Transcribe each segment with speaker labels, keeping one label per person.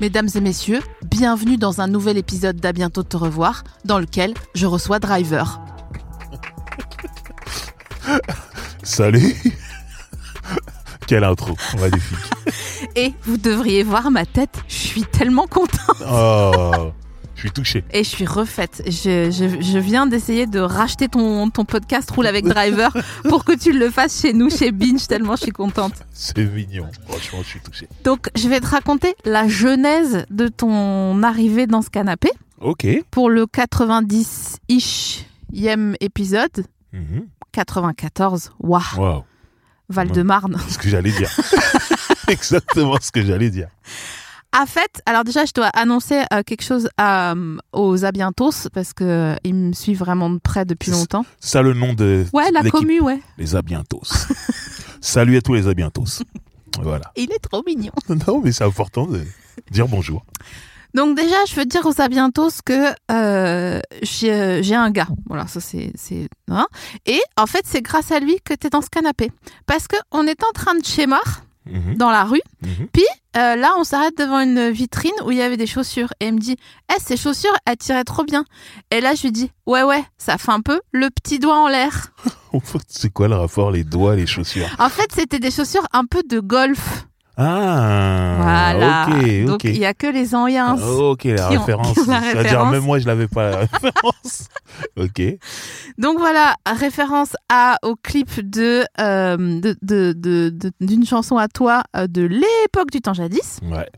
Speaker 1: Mesdames et messieurs, bienvenue dans un nouvel épisode d'À bientôt de te revoir, dans lequel je reçois Driver.
Speaker 2: Salut Quelle intro, magnifique.
Speaker 1: Et vous devriez voir ma tête, je suis tellement contente
Speaker 2: Oh, je suis touché.
Speaker 1: et je suis refaite. Je, je- je viens d'essayer de racheter ton, ton podcast Roule avec Driver pour que tu le fasses chez nous, chez Binge, tellement je suis contente.
Speaker 2: C'est mignon. Franchement, je suis touché.
Speaker 1: Donc je vais te raconter la genèse de ton arrivée dans ce canapé
Speaker 2: Ok.
Speaker 1: pour le 90-ish-ième épisode.
Speaker 2: Mhm.
Speaker 1: 94, waouh,
Speaker 2: Wow.
Speaker 1: Val-de-Marne.
Speaker 2: C'est ce que j'allais dire. Exactement ce que j'allais dire.
Speaker 1: À fait, alors déjà, je dois annoncer euh, quelque chose à, euh, aux Abientos parce que euh, ils me suivent vraiment de près depuis
Speaker 2: C'est-
Speaker 1: longtemps.
Speaker 2: C'est ça le nom de
Speaker 1: Ouais, la
Speaker 2: l'équipe.
Speaker 1: commu, ouais.
Speaker 2: Les Abientos. Salut à tous les Abientos. Voilà.
Speaker 1: Il est trop mignon.
Speaker 2: Non, mais c'est important de dire bonjour.
Speaker 1: Donc déjà, je veux dire aux Abientos que euh, j'ai j'ai un gars. Voilà, ça c'est... c'est- hein. Et en fait, c'est grâce à lui que t'es dans ce canapé. Parce que on est en train de chémar
Speaker 2: Mhm,
Speaker 1: dans la rue.
Speaker 2: mhm.
Speaker 1: Euh, là, on s'arrête devant une vitrine où il y avait des chaussures. Et elle me dit, eh, ces chaussures, elles tiraient trop bien. Et là, je lui dis, ouais, ouais, ça fait un peu le petit doigt en l'air.
Speaker 2: En fait, C'est quoi le rapport, les doigts, les chaussures
Speaker 1: En fait, c'était des chaussures un peu de golf.
Speaker 2: Ah
Speaker 1: voilà.
Speaker 2: Ok, Oh. ok.
Speaker 1: Donc, il y a que les anciens.
Speaker 2: Ok, la
Speaker 1: qui ont-
Speaker 2: référence.
Speaker 1: qui ont la
Speaker 2: C'est-à-dire,
Speaker 1: référence.
Speaker 2: même moi, je l'avais pas, la référence. ok.
Speaker 1: Donc, voilà, référence à, au clip de, euh, de, de- de- de- d'une chanson à toi euh, de l'époque du temps jadis.
Speaker 2: Ouais.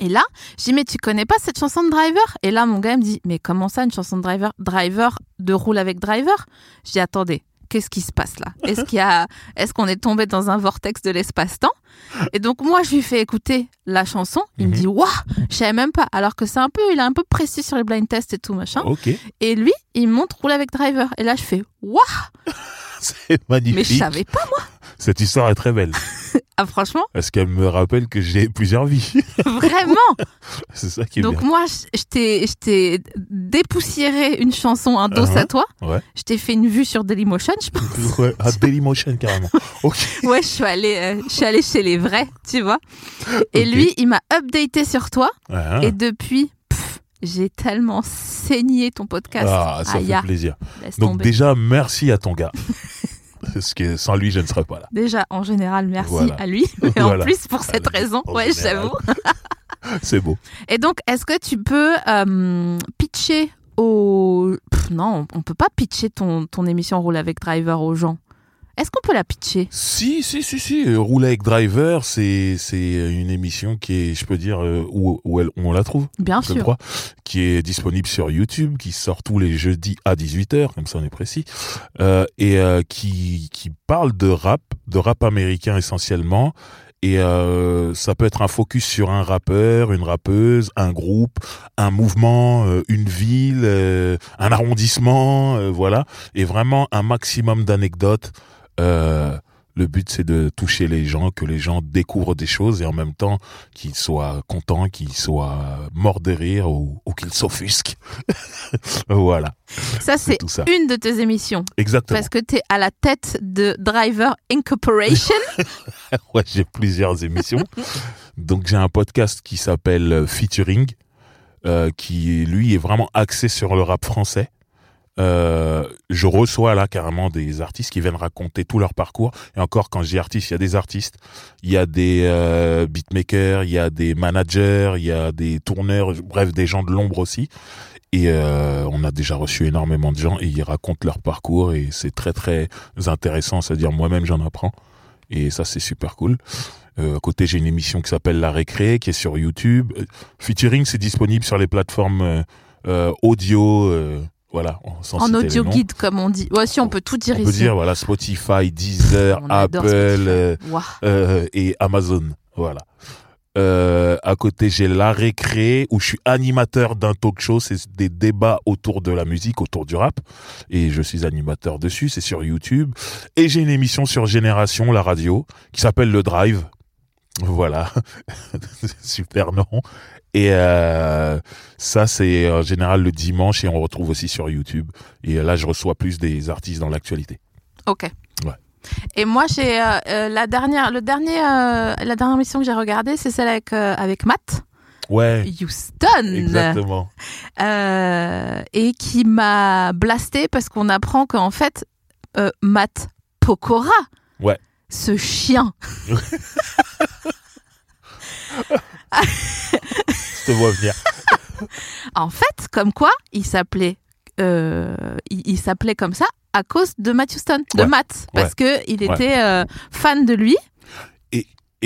Speaker 1: Et là, je dis, mais tu connais pas cette chanson de Driver Et là, mon gars il me dit, mais comment ça, une chanson de Driver Driver de roule avec Driver Je dis, attendez, qu'est-ce qui se passe là Est-ce qu'il y a, est-ce qu'on est tombé dans un vortex de l'espace-temps Et donc, moi, je lui fais écouter la chanson. Il me
Speaker 2: Mhm.
Speaker 1: dit, waouh, je savais même pas. Alors que c'est un peu, il est un peu précis sur les blind tests et tout machin.
Speaker 2: Ok.
Speaker 1: Et lui, il me montre roule avec Driver. Et là, je fais, waouh,
Speaker 2: C'est
Speaker 1: mais je
Speaker 2: magnifique.
Speaker 1: savais pas.
Speaker 2: Cette histoire est très belle.
Speaker 1: Ah, franchement,
Speaker 2: Parce qu'elle me rappelle que j'ai plusieurs vies.
Speaker 1: vraiment
Speaker 2: C'est ça qui est
Speaker 1: Donc
Speaker 2: bien.
Speaker 1: moi, je je t'ai, je t'ai dépoussiéré une chanson, un dos
Speaker 2: Uh-huh,
Speaker 1: à toi.
Speaker 2: ouais.
Speaker 1: Je t'ai fait une vue sur Dailymotion, je pense.
Speaker 2: Ouais, à Dailymotion, carrément. Ok.
Speaker 1: Ouais, je suis allée, euh, je suis allée chez les vrais, tu vois. Et
Speaker 2: Ok.
Speaker 1: lui, il m'a updaté sur toi.
Speaker 2: Ah,
Speaker 1: Et depuis, pff, j'ai tellement saigné ton podcast.
Speaker 2: ah, ça
Speaker 1: Aïe, ah,
Speaker 2: fait plaisir.
Speaker 1: laisse
Speaker 2: Donc,
Speaker 1: tomber.
Speaker 2: déjà, merci à ton gars. Parce que sans lui, je ne serais pas là.
Speaker 1: Déjà, en général, merci
Speaker 2: Voilà.
Speaker 1: à lui. Mais en
Speaker 2: Voilà.
Speaker 1: plus, pour cette
Speaker 2: Ah,
Speaker 1: raison,
Speaker 2: en
Speaker 1: ouais,
Speaker 2: général.
Speaker 1: j'avoue.
Speaker 2: C'est beau.
Speaker 1: Et donc, est-ce que tu peux euh, pitcher au... Pff, non, on peut pas pitcher ton, ton émission Roule avec Driver aux gens. Est-ce qu'on peut la pitcher
Speaker 2: Si, si, si, si. euh, Roule avec Driver, c'est c'est une émission qui est, je peux dire, euh, où, où elle- où on la trouve.
Speaker 1: Bien
Speaker 2: je
Speaker 1: sûr.
Speaker 2: crois, qui est disponible sur YouTube, qui sort tous les jeudis à 18h, comme ça on est précis, euh, et euh, qui, qui parle de rap, de rap américain essentiellement. Et euh, ça peut être un focus sur un rappeur, une rappeuse, un groupe, un mouvement, euh, une ville, euh, un arrondissement, euh, voilà. Et vraiment un maximum d'anecdotes. Euh, le but, c'est de toucher les gens, que les gens découvrent des choses et en même temps qu'ils soient contents, qu'ils soient morts de rire ou, ou qu'ils s'offusquent. voilà,
Speaker 1: Ça,
Speaker 2: c'est
Speaker 1: c'est
Speaker 2: tout ça.
Speaker 1: une de tes émissions.
Speaker 2: Exactement.
Speaker 1: Parce que tu es à la tête de Driver Incorporation.
Speaker 2: Ouais, j'ai plusieurs émissions. Donc j'ai un podcast qui s'appelle euh, Featuring, euh, qui lui est vraiment axé sur le rap français. Euh, je reçois là carrément des artistes qui viennent raconter tout leur parcours. Et encore, quand je dis artistes, il y a des artistes, il y a des euh, beatmakers, il y a des managers, il y a des tourneurs, bref, des gens de l'ombre aussi. Et euh, on a déjà reçu énormément de gens et ils racontent leur parcours et c'est très très intéressant. C'est-à-dire moi-même j'en apprends et ça c'est super cool. Euh, à côté j'ai une émission qui s'appelle La Récré qui est sur YouTube. Euh, Featuring c'est disponible sur les plateformes euh, euh, audio, euh, voilà. sans
Speaker 1: en
Speaker 2: citer les
Speaker 1: audio
Speaker 2: noms.
Speaker 1: guide, comme on dit. Ouais, si, on peut tout dire
Speaker 2: On peut
Speaker 1: ici.
Speaker 2: dire voilà Spotify, Deezer,
Speaker 1: On adore
Speaker 2: Apple
Speaker 1: Spotify.
Speaker 2: euh,
Speaker 1: Waouh.
Speaker 2: euh, et Amazon. Voilà. Euh, à côté, j'ai la récré où je suis animateur d'un talk show. C'est des débats autour de la musique, autour du rap. Et je suis animateur dessus. C'est sur YouTube. Et j'ai une émission sur Génération, la radio, qui s'appelle Le Drive. Voilà. Super nom. Et euh, ça, c'est en général le dimanche et on retrouve aussi sur YouTube. Et là, je reçois plus des artistes dans l'actualité.
Speaker 1: Ok.
Speaker 2: Ouais.
Speaker 1: Et moi, j'ai euh, euh, la dernière, le dernier, euh, la dernière émission que j'ai regardée, c'est celle avec euh, avec Matt
Speaker 2: Ouais,
Speaker 1: Houston,
Speaker 2: exactement.
Speaker 1: Euh, et qui m'a blasté parce qu'on apprend qu'en fait, euh, Matt Pokora,
Speaker 2: Ouais.
Speaker 1: ce chien,
Speaker 2: Je te vois venir.
Speaker 1: en fait, comme quoi, il s'appelait, euh, il, il s'appelait comme ça à cause de Matt Houston, de
Speaker 2: Ouais.
Speaker 1: Matt, parce que il
Speaker 2: Ouais.
Speaker 1: était euh, fan de lui.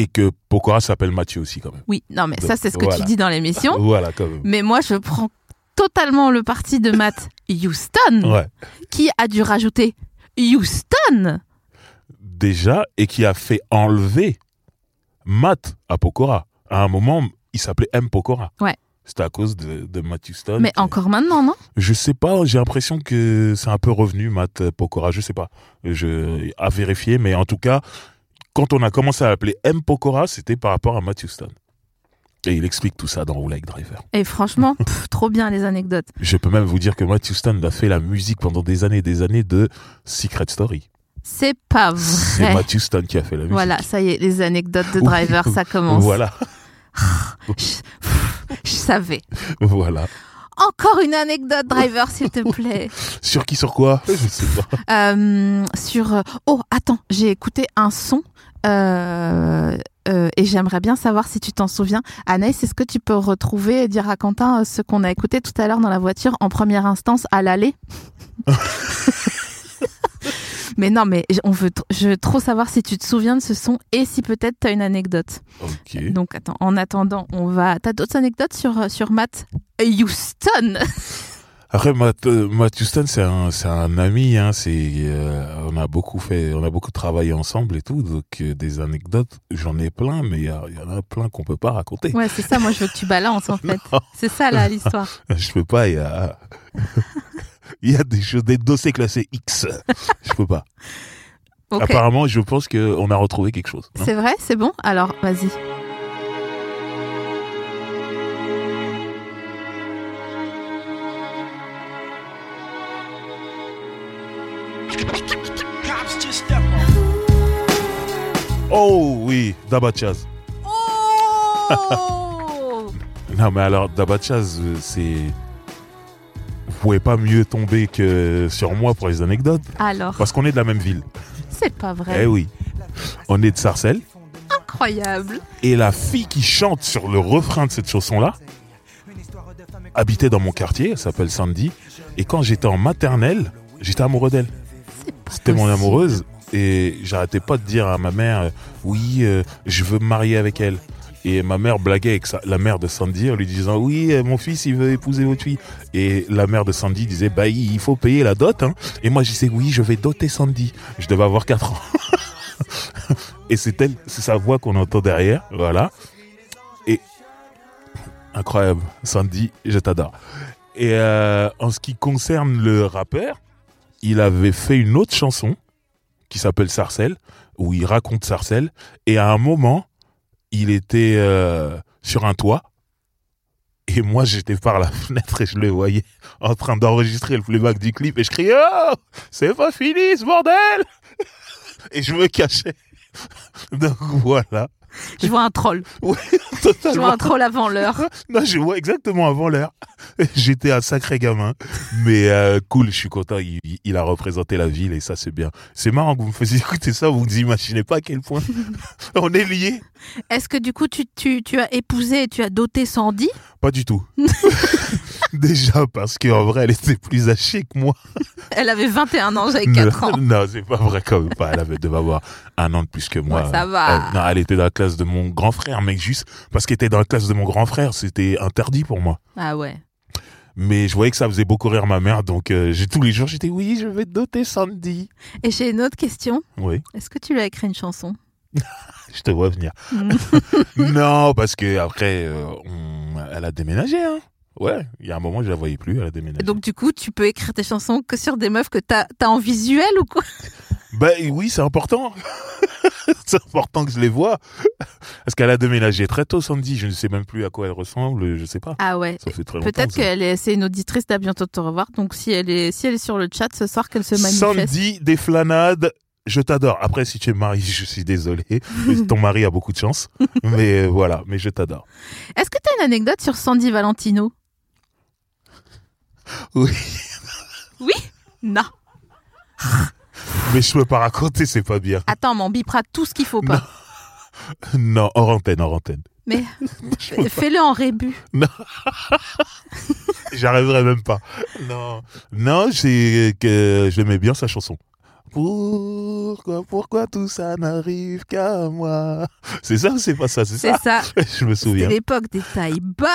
Speaker 2: Et que Pokora s'appelle Mathieu aussi, quand même.
Speaker 1: Oui, non mais
Speaker 2: Donc,
Speaker 1: ça c'est ce que
Speaker 2: voilà. Ah, oh.
Speaker 1: tu dis dans l'émission.
Speaker 2: Voilà, quand même.
Speaker 1: Mais moi, je prends totalement le parti de Matt Houston,
Speaker 2: Ouais.
Speaker 1: qui a dû rajouter Houston.
Speaker 2: Déjà, et qui a fait enlever Matt à Pokora. À un moment, il s'appelait M. Pokora.
Speaker 1: Ouais.
Speaker 2: C'était à cause de, de Matt Houston.
Speaker 1: Mais
Speaker 2: qui-
Speaker 1: encore maintenant, non
Speaker 2: Je sais pas, j'ai l'impression que c'est un peu revenu, Matt euh, Pokora, je sais pas. Je, à vérifier, mais en tout cas, quand on a commencé à l'appeler M. Pokora, c'était par rapport à Matt Houston. Et il explique tout ça dans Roule avec Driver.
Speaker 1: Et franchement, pff, trop bien les anecdotes.
Speaker 2: Je peux même vous dire que Matt Houston a fait la musique pendant des années et des années de Secret Story.
Speaker 1: C'est pas
Speaker 2: C'est
Speaker 1: vrai.
Speaker 2: Matt Houston qui a fait la musique.
Speaker 1: Voilà, ça y est, les anecdotes de
Speaker 2: Oui,
Speaker 1: Driver, ça commence.
Speaker 2: Voilà,
Speaker 1: Je, pff, je savais.
Speaker 2: voilà.
Speaker 1: Encore une anecdote, Driver, s'il te plaît.
Speaker 2: Sur qui, sur quoi Je sais pas.
Speaker 1: Euh, sur. Oh, attends, j'ai écouté un son. euh, euh, et j'aimerais bien savoir si tu t'en souviens. Anaïs, est-ce que tu peux retrouver et dire à Quentin euh, ce qu'on a écouté tout à l'heure dans la voiture en première instance à l'aller Mais non, mais j- on veut tr- je veux trop savoir si tu te souviens de ce son et si peut-être tu as une anecdote.
Speaker 2: Ok.
Speaker 1: Donc attends, en attendant, on va. T'as d'autres anecdotes sur, euh, sur Matt Houston
Speaker 2: Après, Matt, euh, Matt Houston, c'est un, c'est un ami. Hein, c'est, euh, on a beaucoup fait, on a beaucoup travaillé ensemble et tout. Donc euh, des anecdotes, j'en ai plein, mais il y, a- il y en a plein qu'on peut pas raconter.
Speaker 1: Ouais, c'est ça, moi je veux que tu balances en fait. C'est ça là l'histoire.
Speaker 2: Je peux pas. Il y a, il y a des choses, des dossiers classés X. Je peux pas.
Speaker 1: Ok.
Speaker 2: Apparemment, je pense que on a retrouvé quelque chose. non
Speaker 1: C'est vrai, c'est bon Alors, vas-y.
Speaker 3: Cops just step on.
Speaker 2: Oh oui, Dabachaz.
Speaker 1: Oh
Speaker 2: Non, mais alors Dabachaz, euh, c'est, vous pouvez pas mieux tomber que sur moi pour les anecdotes,
Speaker 1: Alors,
Speaker 2: parce qu'on est de la même ville.
Speaker 1: c'est pas
Speaker 2: Eh
Speaker 1: vrai.
Speaker 2: oui. On est de Sarcelles.
Speaker 1: Incroyable.
Speaker 2: Et la fille qui chante sur le refrain de cette chanson-là habitait dans mon quartier, elle s'appelle Sandy. Et quand j'étais en maternelle, j'étais amoureux d'elle.
Speaker 1: C'est pas
Speaker 2: C'était mon
Speaker 1: possible.
Speaker 2: amoureuse. Et j'arrêtais pas de dire à ma mère, euh, oui, euh, je veux me marier avec elle. Et ma mère blaguait avec sa- la mère de Sandy en lui disant, oui, euh, mon fils, il veut épouser votre fille. Et la mère de Sandy disait, bah, il il faut payer la dot. Hein. Et moi, je disais, oui, je vais doter Sandy. Je devais avoir 4 ans. et c'est elle, c'est sa voix qu'on entend derrière. Voilà. Et incroyable. Sandy, je t'adore. Et euh, en ce qui concerne le rappeur, il avait fait une autre chanson qui s'appelle Sarcelle, où il raconte Sarcelle. Et à un moment, il était euh, sur un toit. Et moi, j'étais par la fenêtre et je le voyais en train d'enregistrer le playback du clip. Et je criais Oh C'est pas fini ce bordel Et je me cachais. Donc voilà.
Speaker 1: Je vois un troll. Je vois
Speaker 2: Totalement.
Speaker 1: un troll avant l'heure.
Speaker 2: Non, je vois exactement avant l'heure. J'étais un sacré gamin. Mais euh, cool, je suis content. Il, il a représenté la ville et ça, c'est bien. C'est marrant que vous me faisiez écouter ça. Vous vous imaginez pas à quel point on est liés.
Speaker 1: Est-ce que du coup, tu, tu, tu as épousé et tu as doté Sandy
Speaker 2: Pas du tout. Déjà, parce qu'en vrai, elle était plus hachée que moi.
Speaker 1: Elle avait 21 ans, j'avais 4
Speaker 2: non,
Speaker 1: ans.
Speaker 2: non, c'est pas vrai quand même pas. Elle avait, devait avoir un an de plus que moi.
Speaker 1: Ouais, ça va.
Speaker 2: Elle- Euh, non, elle était dans la classe de mon grand frère, mec, juste parce qu'elle était dans la classe de mon grand frère, c'était interdit pour moi.
Speaker 1: Ah ouais.
Speaker 2: Mais je voyais que ça faisait beaucoup rire ma mère, donc euh, j'ai tous les jours j'étais oui, je vais doter Sandy.
Speaker 1: Et j'ai une autre question.
Speaker 2: Oui.
Speaker 1: Est-ce que tu lui as écrit une chanson
Speaker 2: Je te vois venir. non, parce que après, euh, on- elle a déménagé. Hein. Ouais, il y a un moment, je la voyais plus, elle a déménagé.
Speaker 1: Donc du coup, tu peux écrire tes chansons que sur des meufs que t'as as en visuel ou quoi
Speaker 2: Bah oui, c'est important. c'est important que je les vois. Parce qu'elle a déménagé très tôt, Sandy. Je ne sais même plus à quoi elle ressemble, je sais pas.
Speaker 1: Ah ouais.
Speaker 2: Ça fait très longtemps.
Speaker 1: Peut-être
Speaker 2: ça.
Speaker 1: qu'elle est, c'est une auditrice d'à bientôt te revoir. Donc si elle est, si elle est sur le chat ce soir, qu'elle se manifeste.
Speaker 2: Sandy, des flanades, je t'adore. Après, si tu es marié, je suis désolé. Ton mari a beaucoup de chance. mais euh, voilà, mais je t'adore.
Speaker 1: Est-ce que t'as une anecdote sur Sandy Valentino
Speaker 2: Oui.
Speaker 1: Oui. Non.
Speaker 2: Mais je peux pas raconter, c'est pas bien.
Speaker 1: Attends, mais on bipera tout ce qu'il faut pas.
Speaker 2: Non, hors antenne, hors antenne.
Speaker 1: Mais fais-le en rébut.
Speaker 2: J'arriverai même pas. Non. Non, c'est que je l'aimais bien sa chanson. Pourquoi, pourquoi tout ça n'arrive qu'à moi C'est ça ou c'est pas ça C'est
Speaker 1: C'est ça.
Speaker 2: ça Je me
Speaker 1: C'est
Speaker 2: souviens.
Speaker 1: l'époque des tailles basses.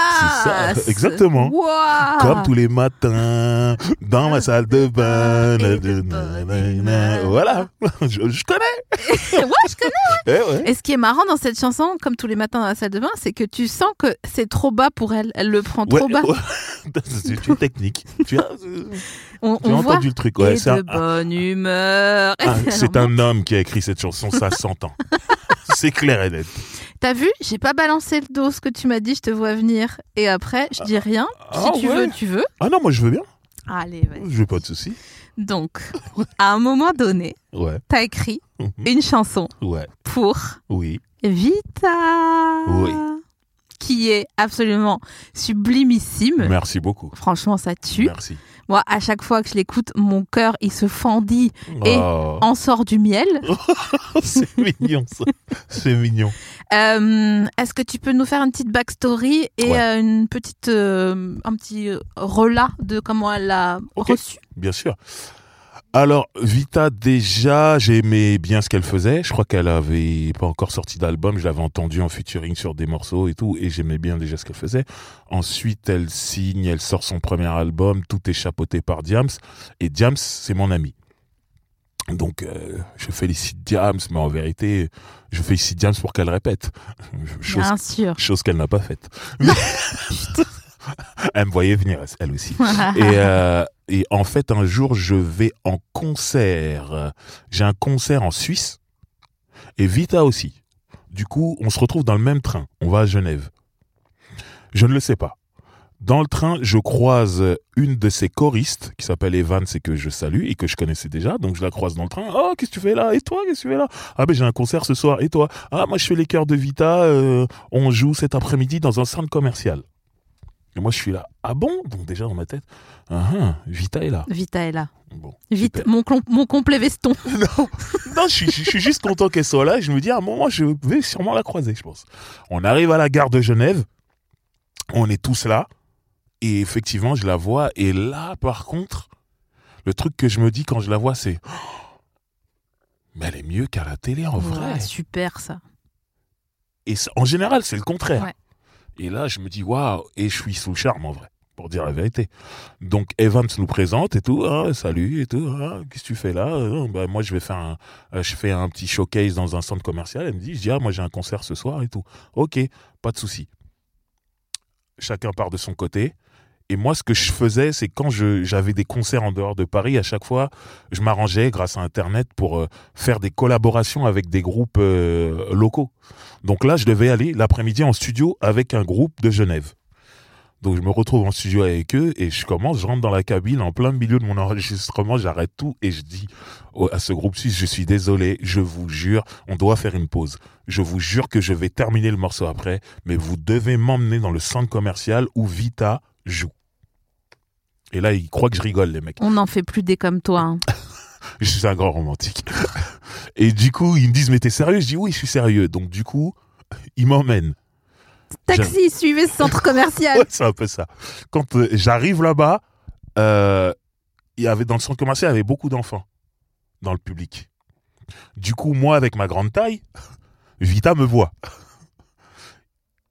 Speaker 2: C'est ça, exactement.
Speaker 1: Waouh.
Speaker 2: Comme tous les matins, dans ma salle de bain.
Speaker 1: Et
Speaker 2: na-
Speaker 1: de bonne
Speaker 2: na- na-
Speaker 1: humeur.
Speaker 2: Voilà, je, je connais.
Speaker 1: Ouais, je connais.
Speaker 2: Eh ouais.
Speaker 1: Et ce qui est marrant dans cette chanson, comme tous les matins dans la salle de bain, c'est que tu sens que c'est trop bas pour elle. Elle le prend trop
Speaker 2: Ouais,
Speaker 1: bas.
Speaker 2: ouais. C'est une technique. Tu as, tu
Speaker 1: On,
Speaker 2: as
Speaker 1: on voit.
Speaker 2: entendu le truc. Ouais,
Speaker 1: et
Speaker 2: c'est
Speaker 1: de
Speaker 2: un,
Speaker 1: bonne humeur.
Speaker 2: Ah,
Speaker 1: Et
Speaker 2: c'est
Speaker 1: alors,
Speaker 2: un homme qui a écrit cette chanson, ça s'entend. c'est clair et net.
Speaker 1: T'as vu J'ai pas balancé le dos, ce que tu m'as dit, je te vois venir. Et après, je dis rien. Si
Speaker 2: Ah
Speaker 1: tu
Speaker 2: ouais.
Speaker 1: veux, tu veux.
Speaker 2: Ah non, moi je veux bien.
Speaker 1: Allez, vas-y.
Speaker 2: Je veux pas de soucis.
Speaker 1: Donc, à un moment donné,
Speaker 2: Ouais.
Speaker 1: t'as écrit
Speaker 2: Mhm.
Speaker 1: une chanson
Speaker 2: Ouais.
Speaker 1: pour
Speaker 2: Oui.
Speaker 1: Vita.
Speaker 2: Oui.
Speaker 1: Qui est absolument sublimissime.
Speaker 2: Merci beaucoup.
Speaker 1: Franchement, ça tue.
Speaker 2: Merci.
Speaker 1: Moi, à chaque fois que je l'écoute, mon cœur, il se fendit, Et-
Speaker 2: Oh,
Speaker 1: en sort du miel.
Speaker 2: c'est mignon ça. C'est mignon.
Speaker 1: Euh, Est-ce que tu peux nous faire une petite backstory et
Speaker 2: Ouais.
Speaker 1: euh, une petite, euh, un petit euh, relat de comment elle l'a
Speaker 2: Ok.
Speaker 1: reçu
Speaker 2: Bien sûr. Alors, Vita, déjà, j'aimais bien ce qu'elle faisait. Je crois qu'elle avait pas encore sorti d'album. Je l'avais entendue en featuring sur des morceaux et tout. Et j'aimais bien déjà ce qu'elle faisait. Ensuite, elle signe, elle sort son premier album. Tout est chapeauté par Diams. Et Diams, c'est mon ami. Donc, euh, je félicite Diams, mais en vérité, je félicite Diams pour qu'elle répète. Chose
Speaker 1: Bien sûr.
Speaker 2: Chose qu'elle n'a pas faite. elle me voyait venir, elle aussi. Et, euh, et en fait, un jour, je vais en concert. J'ai un concert en Suisse et Vita aussi. Du coup, on se retrouve dans le même train. On va à Genève. Je ne le sais pas. Dans le train, je croise une de ses choristes qui s'appelle Evan, c'est que je salue et que je connaissais déjà. Donc je la croise dans le train. Oh, qu'est-ce que tu fais là Et toi, qu'est-ce que tu fais là Ah ben j'ai un concert ce soir. Et toi Ah moi je fais les chœurs de Vita. euh, on joue cet après-midi dans un centre commercial. Et moi je suis là. Ah bon Donc déjà dans ma tête, ah, ah, Vita est là.
Speaker 1: Vita est là.
Speaker 2: Bon.
Speaker 1: Vite,
Speaker 2: super.
Speaker 1: mon, clon- mon complet veston.
Speaker 2: Non, non je, suis, je suis juste content qu'elle soit là. et Je me dis, à un moment, je vais sûrement la croiser, je pense. On arrive à la gare de Genève. On est tous là. Et effectivement, je la vois. Et là, par contre, le truc que je me dis quand je la vois, c'est. Oh, Mais elle est mieux qu'à la télé en vrai.
Speaker 1: Ouais, super ça.
Speaker 2: Et ça- en général, c'est le contraire.
Speaker 1: Ouais.
Speaker 2: Et là, je me dis, waouh, et je suis sous le charme en vrai, pour dire la vérité. Donc, Evans nous présente et tout, Ah, salut et tout, Ah, qu'est-ce que tu fais là Ah, bah, Moi, je vais faire un, euh, je fais un petit showcase dans un centre commercial. Elle me dit, je dis, ah, moi, j'ai un concert ce soir et tout. Ok, pas de souci. Chacun part de son côté. Et moi, ce que je faisais, c'est quand je- j'avais des concerts en dehors de Paris, à chaque fois, je m'arrangeais grâce à Internet pour euh, faire des collaborations avec des groupes euh, locaux. Donc là, je devais aller l'après-midi en studio avec un groupe de Genève. Donc je me retrouve en studio avec eux et je commence, je rentre dans la cabine en plein milieu de mon enregistrement, j'arrête tout et je dis au- à ce groupe suisse, je suis désolé, je vous jure, on doit faire une pause. Je vous jure que je vais terminer le morceau après, mais vous devez m'emmener dans le centre commercial où Vita joue. Et là, ils croient que je rigole, les mecs.
Speaker 1: On n'en fait plus des comme toi.
Speaker 2: Ah,
Speaker 1: hein.
Speaker 2: Je suis un grand romantique. Et du coup, ils me disent, mais t'es sérieux Je dis, oui, je suis sérieux. Donc du coup, ils m'emmènent.
Speaker 1: Taxi, suivez ce centre commercial.
Speaker 2: Ouais, c'est un peu ça. Quand euh, j'arrive là-bas, euh, il y avait dans le centre commercial, il y avait beaucoup d'enfants dans le public. Du coup, moi, avec ma grande taille, Vita me voit.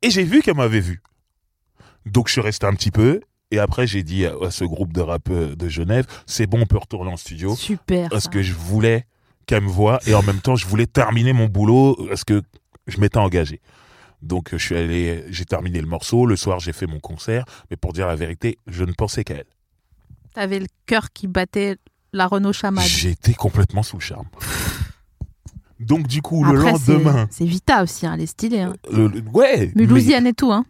Speaker 2: Et j'ai vu qu'elle m'avait vu. Donc, je suis resté un petit peu. Et après, j'ai dit à à ce groupe de rappeurs de Genève, c'est bon, on peut retourner en studio.
Speaker 1: Super.
Speaker 2: Parce
Speaker 1: ça.
Speaker 2: que je voulais qu'elle me voit. Et en même temps, je voulais terminer mon boulot euh, parce que je m'étais engagé. Donc, euh, je suis allé, j'ai terminé le morceau. Le soir, j'ai fait mon concert. Mais pour dire la vérité, je ne pensais qu'à elle.
Speaker 1: T'avais le cœur qui battait la Renault Chamade.
Speaker 2: J'étais complètement sous le charme. Donc, du coup, le
Speaker 1: Après, c'est-
Speaker 2: lendemain.
Speaker 1: C'est Vita aussi, hein, elle est stylée. Hein.
Speaker 2: le- le- ouais. mais-
Speaker 1: Mulhousienne et tout. Hein.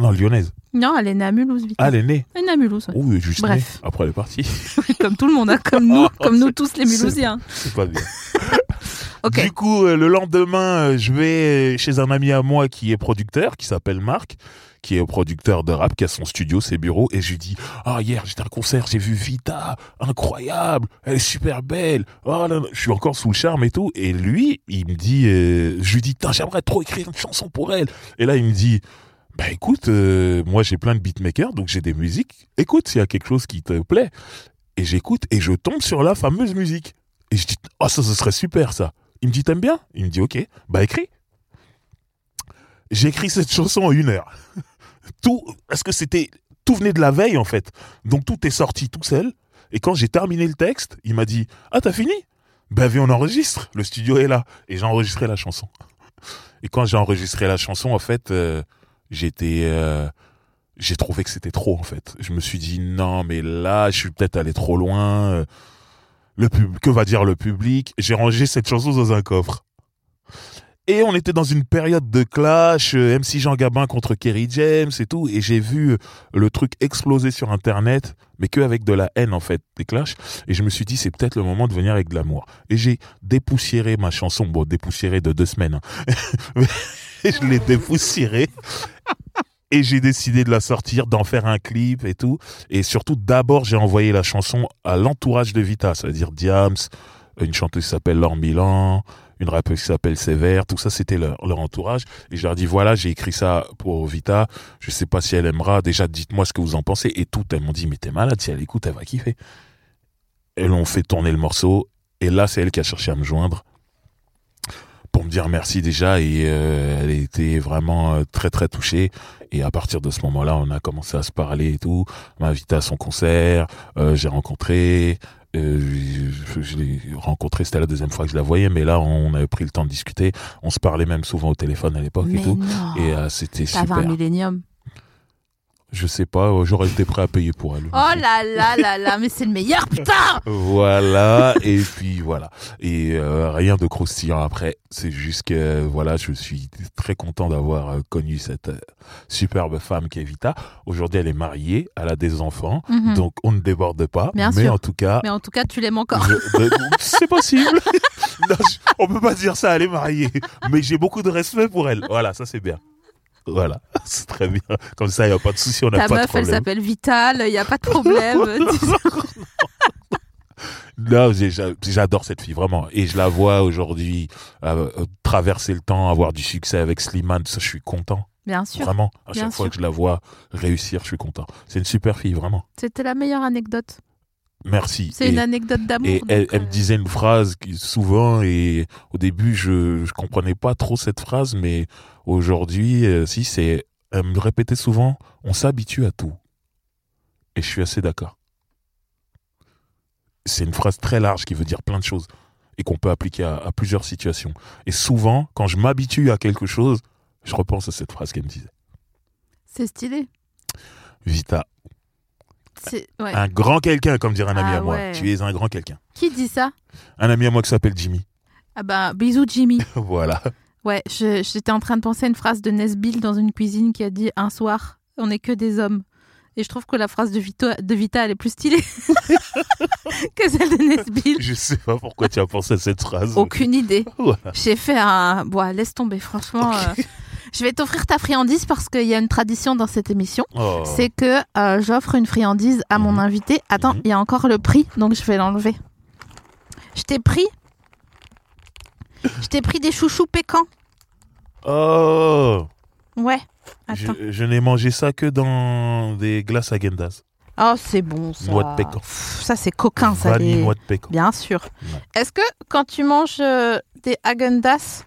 Speaker 2: Non, lyonnaise.
Speaker 1: Non, elle est née à Mulhouse, Vita.
Speaker 2: Ah, elle est née.
Speaker 1: Elle est née à Mulhouse, ouais.
Speaker 2: Ouh, juste
Speaker 1: Bref.
Speaker 2: née. Après, elle est partie.
Speaker 1: comme tout le monde, hein, comme nous, comme nous tous les
Speaker 2: Oh. c'est-
Speaker 1: Mulhousiens.
Speaker 2: C'est pas bien.
Speaker 1: Ok.
Speaker 2: Du coup, euh, le lendemain, euh, je vais chez un ami à moi qui est producteur, qui s'appelle Marc, qui est producteur de rap, qui a son studio, ses bureaux, et je lui dis Ah, hier, j'étais à un concert, j'ai vu Vita, incroyable, elle est super belle, oh là là. je suis encore sous le charme et tout. Et lui, il me dit euh, Je lui dis, Tain, j'aimerais trop écrire une chanson pour elle. Et là, il me dit bah écoute, euh, moi j'ai plein de beatmakers, donc j'ai des musiques. Écoute s'il y a quelque chose qui te plaît. Et j'écoute et je tombe sur la fameuse musique. Et je dis, oh ça, ce serait super ça. Il me dit, t'aimes bien Il me dit, ok, bah écris. J'écris cette chanson en une heure. Tout, parce que c'était, tout venait de la veille en fait. Donc tout est sorti tout seul. Et quand j'ai terminé le texte, il m'a dit, ah t'as fini Bah viens, on enregistre. Le studio est là. Et j'ai enregistré la chanson. Et quand j'ai enregistré la chanson, en fait, euh, j'étais, euh, j'ai trouvé que c'était trop en fait. Je me suis dit, non mais là, je suis peut-être allé trop loin. Euh, le pub- que va dire le public J'ai rangé cette chanson dans un coffre. Et on était dans une période de clash, euh, MC Jean Gabin contre Kerry James et tout, et j'ai vu euh, le truc exploser sur Internet, mais qu'avec de la haine en fait, des clashs, et je me suis dit c'est peut-être le moment de venir avec de l'amour. Et j'ai dépoussiéré ma chanson, bon dépoussiéré de deux semaines, hein. Mais je l'ai dépoussiérée, et j'ai décidé de la sortir, d'en faire un clip et tout, et surtout, d'abord, j'ai envoyé la chanson à l'entourage de Vita, c'est-à-dire Diams, une chanteuse qui s'appelle Laure Milan, une rappeuse qui s'appelle Sévère, tout ça, c'était leur, leur entourage. Et je leur dis, voilà, j'ai écrit ça pour Vita, je sais pas si elle aimera, déjà, dites-moi ce que vous en pensez. Et toutes, elles m'ont dit, mais t'es malade, si elle écoute, elle va kiffer. Elles ont fait tourner le morceau, et là, c'est elle qui a cherché à me joindre pour me dire merci déjà, et euh, elle était vraiment euh, très, très touchée. Et à partir de ce moment-là, on a commencé à se parler et tout m'a invité à son concert, euh, j'ai rencontré, euh, je, je- je l'ai rencontré, c'était la deuxième fois que je la voyais, mais là on avait pris le temps de discuter, on se parlait même souvent au téléphone à l'époque et
Speaker 1: Mais
Speaker 2: tout,
Speaker 1: non.
Speaker 2: et euh, c'était
Speaker 1: T'avais
Speaker 2: super.
Speaker 1: un millénium.
Speaker 2: Je sais pas, euh, j'aurais été prêt à payer pour elle.
Speaker 1: Oh là là là là, mais c'est le meilleur, putain
Speaker 2: Voilà, et puis voilà. Et euh, rien de croustillant après. C'est juste que, euh, voilà, je suis très content d'avoir euh, connu cette euh, superbe femme qui est Vita. Aujourd'hui, elle est mariée, elle a des enfants,
Speaker 1: Mhm.
Speaker 2: donc on ne déborde pas.
Speaker 1: Bien
Speaker 2: mais
Speaker 1: sûr.
Speaker 2: en tout cas,
Speaker 1: Mais en tout cas, tu l'aimes encore.
Speaker 2: Je- de- c'est possible. Non, je- on peut pas dire ça, elle est mariée. Mais j'ai beaucoup de respect pour elle. Voilà, ça c'est bien. Voilà, c'est très bien. Comme ça, il n'y a pas de souci, on n'a
Speaker 1: Ta
Speaker 2: pas de
Speaker 1: meuf, elle
Speaker 2: problème.
Speaker 1: s'appelle Vital, il n'y a pas de problème.
Speaker 2: Non, j'ai- j'a- j'adore cette fille, vraiment. Et je la vois aujourd'hui euh, euh, traverser le temps, avoir du succès avec Slimane. Ça, je suis content.
Speaker 1: Bien sûr,
Speaker 2: Vraiment. À
Speaker 1: Bien
Speaker 2: chaque fois
Speaker 1: sûr.
Speaker 2: que je la vois réussir, je suis content. C'est une super fille, vraiment.
Speaker 1: c'était la meilleure anecdote.
Speaker 2: Merci.
Speaker 1: C'est
Speaker 2: Et-
Speaker 1: une anecdote d'amour.
Speaker 2: Et elle,
Speaker 1: donc,
Speaker 2: elle
Speaker 1: euh,
Speaker 2: me disait une phrase qui- souvent, et au début, je je comprenais pas trop cette phrase, mais aujourd'hui, euh, si, c'est. Elle me répétait souvent on s'habitue à tout. Et je suis assez d'accord. C'est une phrase très large qui veut dire plein de choses et qu'on peut appliquer à, à plusieurs situations. Et souvent, quand je m'habitue à quelque chose, je repense à cette phrase qu'elle me disait.
Speaker 1: C'est stylé.
Speaker 2: Vita,
Speaker 1: C'est- ouais.
Speaker 2: un grand quelqu'un, comme dirait un ami
Speaker 1: Ah
Speaker 2: à moi.
Speaker 1: ouais.
Speaker 2: Tu es un grand quelqu'un.
Speaker 1: Qui dit ça
Speaker 2: Un ami à moi qui s'appelle Jimmy.
Speaker 1: Ah bah, bisous Jimmy.
Speaker 2: voilà.
Speaker 1: Ouais, je- j'étais en train de penser à une phrase de Nesbill dans une cuisine qui a dit un soir, on n'est que des hommes. Et je trouve que la phrase de Vita, de Vita elle est plus stylée que celle de Nesbill.
Speaker 2: Je sais pas pourquoi tu as pensé à cette phrase.
Speaker 1: Aucune idée.
Speaker 2: Voilà.
Speaker 1: J'ai fait un. Bon, laisse tomber, franchement. euh, Je vais t'offrir ta friandise parce qu'il y a une tradition dans cette émission.
Speaker 2: Oh.
Speaker 1: C'est que euh, j'offre une friandise à mon
Speaker 2: Mhm.
Speaker 1: invité. Attends,
Speaker 2: Mhm.
Speaker 1: il y a encore le prix, donc je vais l'enlever. Je t'ai pris. Je t'ai pris des chouchous pécans.
Speaker 2: Oh.
Speaker 1: Ouais. Attends.
Speaker 2: Je, je n'ai mangé ça que dans des glaces à Gendas.
Speaker 1: Oh, c'est bon ça.
Speaker 2: Noix de pécan.
Speaker 1: Pff, Ça, c'est coquin, ça.
Speaker 2: Vanille
Speaker 1: les-
Speaker 2: noix de pécan.
Speaker 1: Bien sûr.
Speaker 2: Ouais.
Speaker 1: Est-ce que quand tu manges euh, des Häagen-Dazs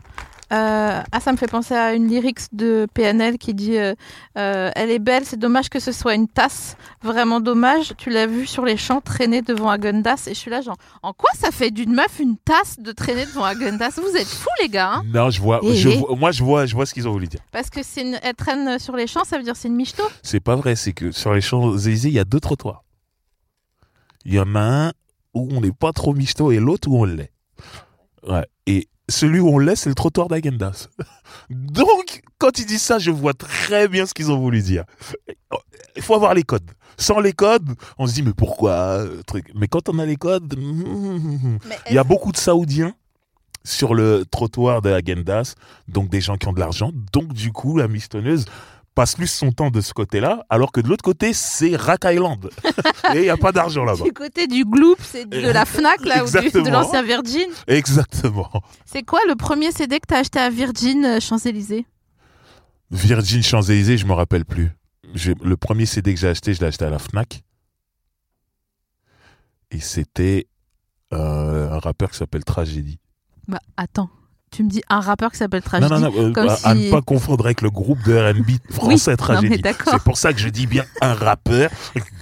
Speaker 1: Euh, ah, ça me fait penser à une lyrics de PNL qui dit euh, euh, Elle est belle, c'est dommage que ce soit une tasse. Vraiment dommage. Tu l'as vue sur les champs traîner devant Agundas. Et je suis là, genre, en quoi ça fait d'une meuf une tasse de traîner devant Agundas Vous êtes fous, les gars hein
Speaker 2: Non, je vois,
Speaker 1: Eh,
Speaker 2: je
Speaker 1: eh.
Speaker 2: vois- moi je vois, je vois ce qu'ils ont voulu dire.
Speaker 1: Parce que c'est une... elle traîne sur les champs, ça veut dire c'est une michto.
Speaker 2: C'est pas vrai, c'est que sur les Champs-Élysées, il y a deux trottoirs. Il y en a un où on n'est pas trop michto et l'autre où on l'est. Ouais. Et celui où on l'est, c'est le trottoir d'Agendas. Donc, quand ils disent ça, je vois très bien ce qu'ils ont voulu dire. Il faut avoir les codes. Sans les codes, on se dit mais pourquoi euh, truc. Mais quand on a les codes, mm,
Speaker 1: Mais
Speaker 2: il y a beaucoup de Saoudiens sur le trottoir de Agendas, donc des gens qui ont de l'argent. Donc, du coup, la mistonneuse passe plus son temps de ce côté-là, alors que de l'autre côté, c'est Rat Island. Et il n'y a pas d'argent là-bas.
Speaker 1: du côté du gloop, c'est de la Fnac, là, ou du- de
Speaker 2: bah. Exactement.
Speaker 1: l'ancien Virgin.
Speaker 2: Exactement.
Speaker 1: C'est quoi le premier CD que t'as acheté à Virgin euh, Champs-Élysées
Speaker 2: Virgin Champs-Élysées, je me rappelle plus. J'ai- Le premier CD que j'ai acheté, je l'ai acheté à la Fnac. Et c'était euh, un rappeur qui s'appelle Tragédie.
Speaker 1: Bah, attends. Tu me dis un rappeur qui s'appelle Tragedy.
Speaker 2: non, non, non, euh,
Speaker 1: comme
Speaker 2: à, à
Speaker 1: si-
Speaker 2: ne pas confondre avec le groupe de RB français
Speaker 1: non, mais
Speaker 2: Tragédie.
Speaker 1: d'accord.
Speaker 2: C'est pour ça que je dis bien un rappeur.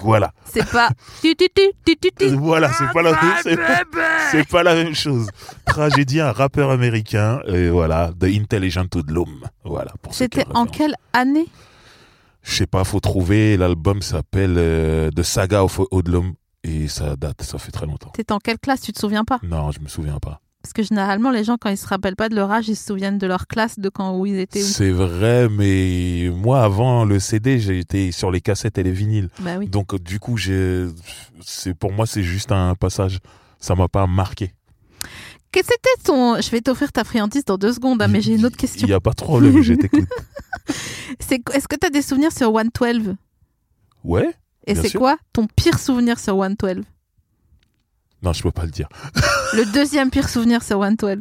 Speaker 2: Voilà.
Speaker 1: C'est pas. Tu, tu, tu, tu, tu, tu.
Speaker 2: Voilà, c'est pas, la... c'est pas- c'est pas la même chose. Tragédie, un rappeur américain. Et voilà, The Intelligent Hoodlum. Voilà, pour ceux qui
Speaker 1: C'était
Speaker 2: ont
Speaker 1: en
Speaker 2: référence.
Speaker 1: quelle année
Speaker 2: Je sais pas, faut trouver. L'album s'appelle euh, The Saga of Odlum et ça date, ça fait très longtemps.
Speaker 1: T'étais en quelle classe Tu te souviens pas
Speaker 2: Non, je me souviens pas.
Speaker 1: Parce que généralement, les gens, quand ils se rappellent pas de leur âge, ils se souviennent de leur classe, de quand où ils étaient. Où.
Speaker 2: C'est vrai, mais moi avant le CD, j'étais sur les cassettes et les vinyles.
Speaker 1: Bah oui.
Speaker 2: Donc euh, du coup, j'ai- c'est pour moi c'est juste un passage. Ça m'a pas marqué.
Speaker 1: Qu'est-ce que c'était ton. Je vais t'offrir ta friandise dans deux secondes, hein, mais j'ai une autre question.
Speaker 2: Il y a pas de problème, je t'écoute.
Speaker 1: C'est qu- Est-ce que t'as des souvenirs sur 112
Speaker 2: Ouais.
Speaker 1: Et
Speaker 2: Bien
Speaker 1: c'est
Speaker 2: sûr.
Speaker 1: quoi ton pire souvenir sur 112
Speaker 2: Non, je peux pas le dire.
Speaker 1: Le deuxième pire souvenir sur 112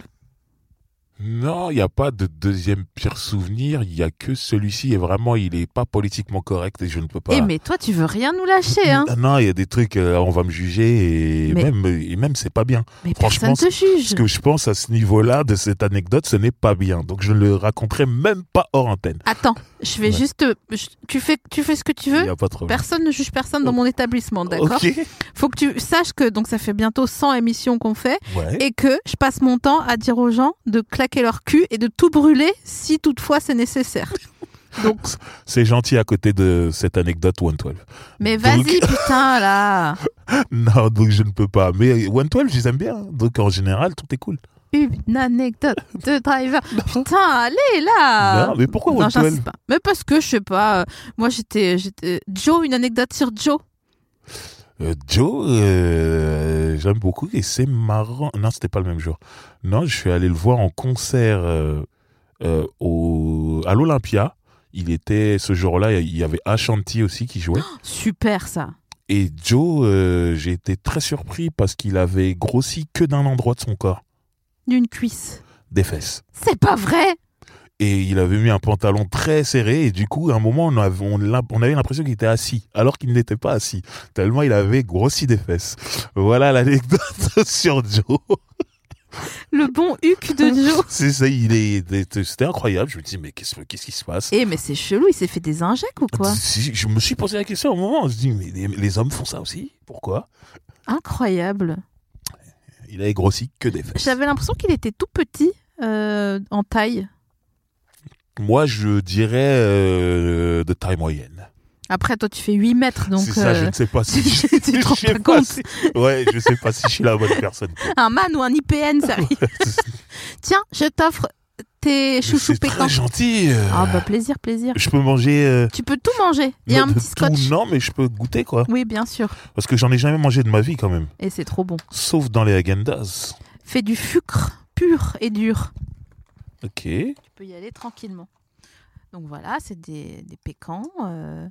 Speaker 2: Non, il n'y a pas de deuxième pire souvenir. Il y a que celui-ci et vraiment, il est pas politiquement correct et je ne peux pas.
Speaker 1: Eh, mais toi, tu veux rien nous lâcher, hein
Speaker 2: Ah Non, il y a des trucs, euh, on va me juger et
Speaker 1: Mais-
Speaker 2: même, et même c'est pas bien.
Speaker 1: Mais
Speaker 2: Franchement,
Speaker 1: personne te
Speaker 2: Ce
Speaker 1: juge.
Speaker 2: que je pense à ce niveau-là de cette anecdote, ce n'est pas bien. Donc je ne le raconterai même pas hors antenne.
Speaker 1: Attends, je vais
Speaker 2: Ouais.
Speaker 1: juste. te- je- Tu fais, tu fais ce que tu
Speaker 2: Il n'y
Speaker 1: veux.
Speaker 2: a pas de problème.
Speaker 1: Hein Personne ne juge personne dans mon établissement, d'accord
Speaker 2: Oh. Ok.
Speaker 1: faut que tu saches que donc ça fait bientôt 100 émissions qu'on fait
Speaker 2: Ouais.
Speaker 1: et que je passe mon temps à dire aux gens de claquer leur cul et de tout brûler si toutefois c'est nécessaire.
Speaker 2: C'est gentil à côté de cette anecdote 112.
Speaker 1: Mais
Speaker 2: Donc-
Speaker 1: vas-y putain là.
Speaker 2: Non, donc je ne peux pas. Mais 112, je les aime bien. hein. Donc en général, tout est cool.
Speaker 1: Une anecdote de driver. Putain, allez là.
Speaker 2: non, mais pourquoi
Speaker 1: Ah. Non,
Speaker 2: 112
Speaker 1: j'insiste pas. Mais parce que je sais pas, euh, moi j'étais j'étais Joe une anecdote sur Joe.
Speaker 2: Euh, Joe, euh, j'aime beaucoup et c'est marrant. Non, c'était pas le même jour. Non, je suis allé le voir en concert euh, euh, au, à l'Olympia. Il était ce jour-là, il y avait Ashanti aussi qui jouait.
Speaker 1: Super ça.
Speaker 2: Et Joe, euh, j'ai été très surpris parce qu'il avait grossi que d'un endroit de son corps,
Speaker 1: D'une cuisse.
Speaker 2: des fesses.
Speaker 1: C'est pas vrai.
Speaker 2: Et il avait mis un pantalon très serré et du coup, à un moment, on avait, on l'a- on avait l'impression qu'il était assis, alors qu'il n'était pas assis, tellement il avait grossi des fesses. Voilà l'anecdote sur Joe.
Speaker 1: Le bon huc de Joe.
Speaker 2: C'est ça, il est, c'était incroyable. Je me dis, mais qu'est-ce, qu'est-ce qui se passe
Speaker 1: Eh mais c'est chelou, il s'est fait des injects ou quoi
Speaker 2: Si, Je me suis posé la question à un moment. Je me dis, mais les, les hommes font ça aussi Pourquoi
Speaker 1: Incroyable.
Speaker 2: Il avait grossi que des fesses.
Speaker 1: J'avais l'impression qu'il était tout petit euh, en taille.
Speaker 2: Moi, je dirais euh, de taille moyenne.
Speaker 1: Après, toi, tu fais 8 mètres, donc
Speaker 2: c'est ça, je
Speaker 1: euh,
Speaker 2: ne sais pas si.
Speaker 1: tu- tu te
Speaker 2: je
Speaker 1: rends
Speaker 2: sais
Speaker 1: pas
Speaker 2: pas
Speaker 1: compte.
Speaker 2: si- ouais, je sais pas si je suis la bonne personne.
Speaker 1: un man ou un IPN, ça arrive. Tiens, je t'offre tes chouchous
Speaker 2: c'est très
Speaker 1: pétants.
Speaker 2: gentil. euh,
Speaker 1: Ah bah plaisir, plaisir.
Speaker 2: Je peux manger. euh,
Speaker 1: Tu peux tout manger. Il y a
Speaker 2: non,
Speaker 1: un petit
Speaker 2: tout,
Speaker 1: scotch.
Speaker 2: Non, mais je peux goûter quoi.
Speaker 1: Oui, bien sûr.
Speaker 2: Parce que j'en ai jamais mangé de ma vie quand même.
Speaker 1: Et c'est trop bon.
Speaker 2: Sauf dans les agendas.
Speaker 1: Fais du sucre pur et dur.
Speaker 2: Ok.
Speaker 1: Tu peux y aller tranquillement. Donc voilà, c'est des, des pécans. euh.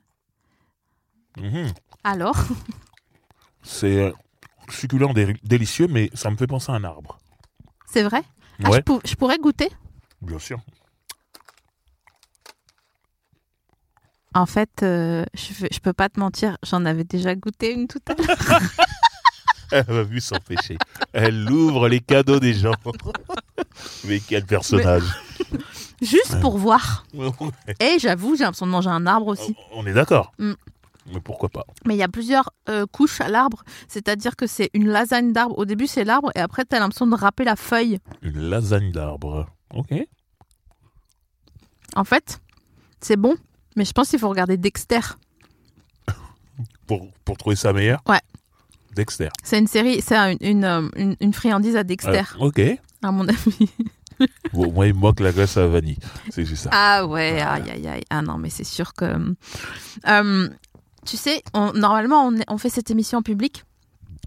Speaker 2: Mhm.
Speaker 1: Alors,
Speaker 2: C'est euh, succulent, dé- délicieux, mais ça me fait penser à un arbre.
Speaker 1: c'est vrai Ah, je
Speaker 2: ouais,
Speaker 1: pour- je pourrais goûter
Speaker 2: bien sûr.
Speaker 1: En fait, euh, je, vais- je peux pas te mentir, j'en avais déjà goûté une tout à l'heure.
Speaker 2: Elle m'a vu s'empêcher. Elle ouvre les cadeaux des gens. mais quel personnage.
Speaker 1: juste pour voir.
Speaker 2: On
Speaker 1: Et j'avoue, j'ai l'impression de manger un arbre aussi.
Speaker 2: est d'accord.
Speaker 1: Mm.
Speaker 2: Mais pourquoi pas
Speaker 1: Mais il y a plusieurs euh, couches à l'arbre, c'est-à-dire que c'est une lasagne d'arbre. Au début, c'est l'arbre, et après, t'as l'impression de râper la feuille.
Speaker 2: Une lasagne d'arbre. Ok.
Speaker 1: En fait, c'est bon, mais je pense qu'il faut regarder Dexter.
Speaker 2: Pour, pour trouver ça meilleur
Speaker 1: Ouais.
Speaker 2: Dexter.
Speaker 1: C'est une série, c'est une, une, euh, une- une friandise à Dexter,
Speaker 2: Euh, ok.
Speaker 1: à mon avis.
Speaker 2: Bon, moi, il me moque la glace à la vanille. C'est juste ça.
Speaker 1: Ah ouais, aïe aïe aïe. Ah non, mais c'est sûr que. Euh, tu sais, on- normalement, on, est- on fait cette émission en public.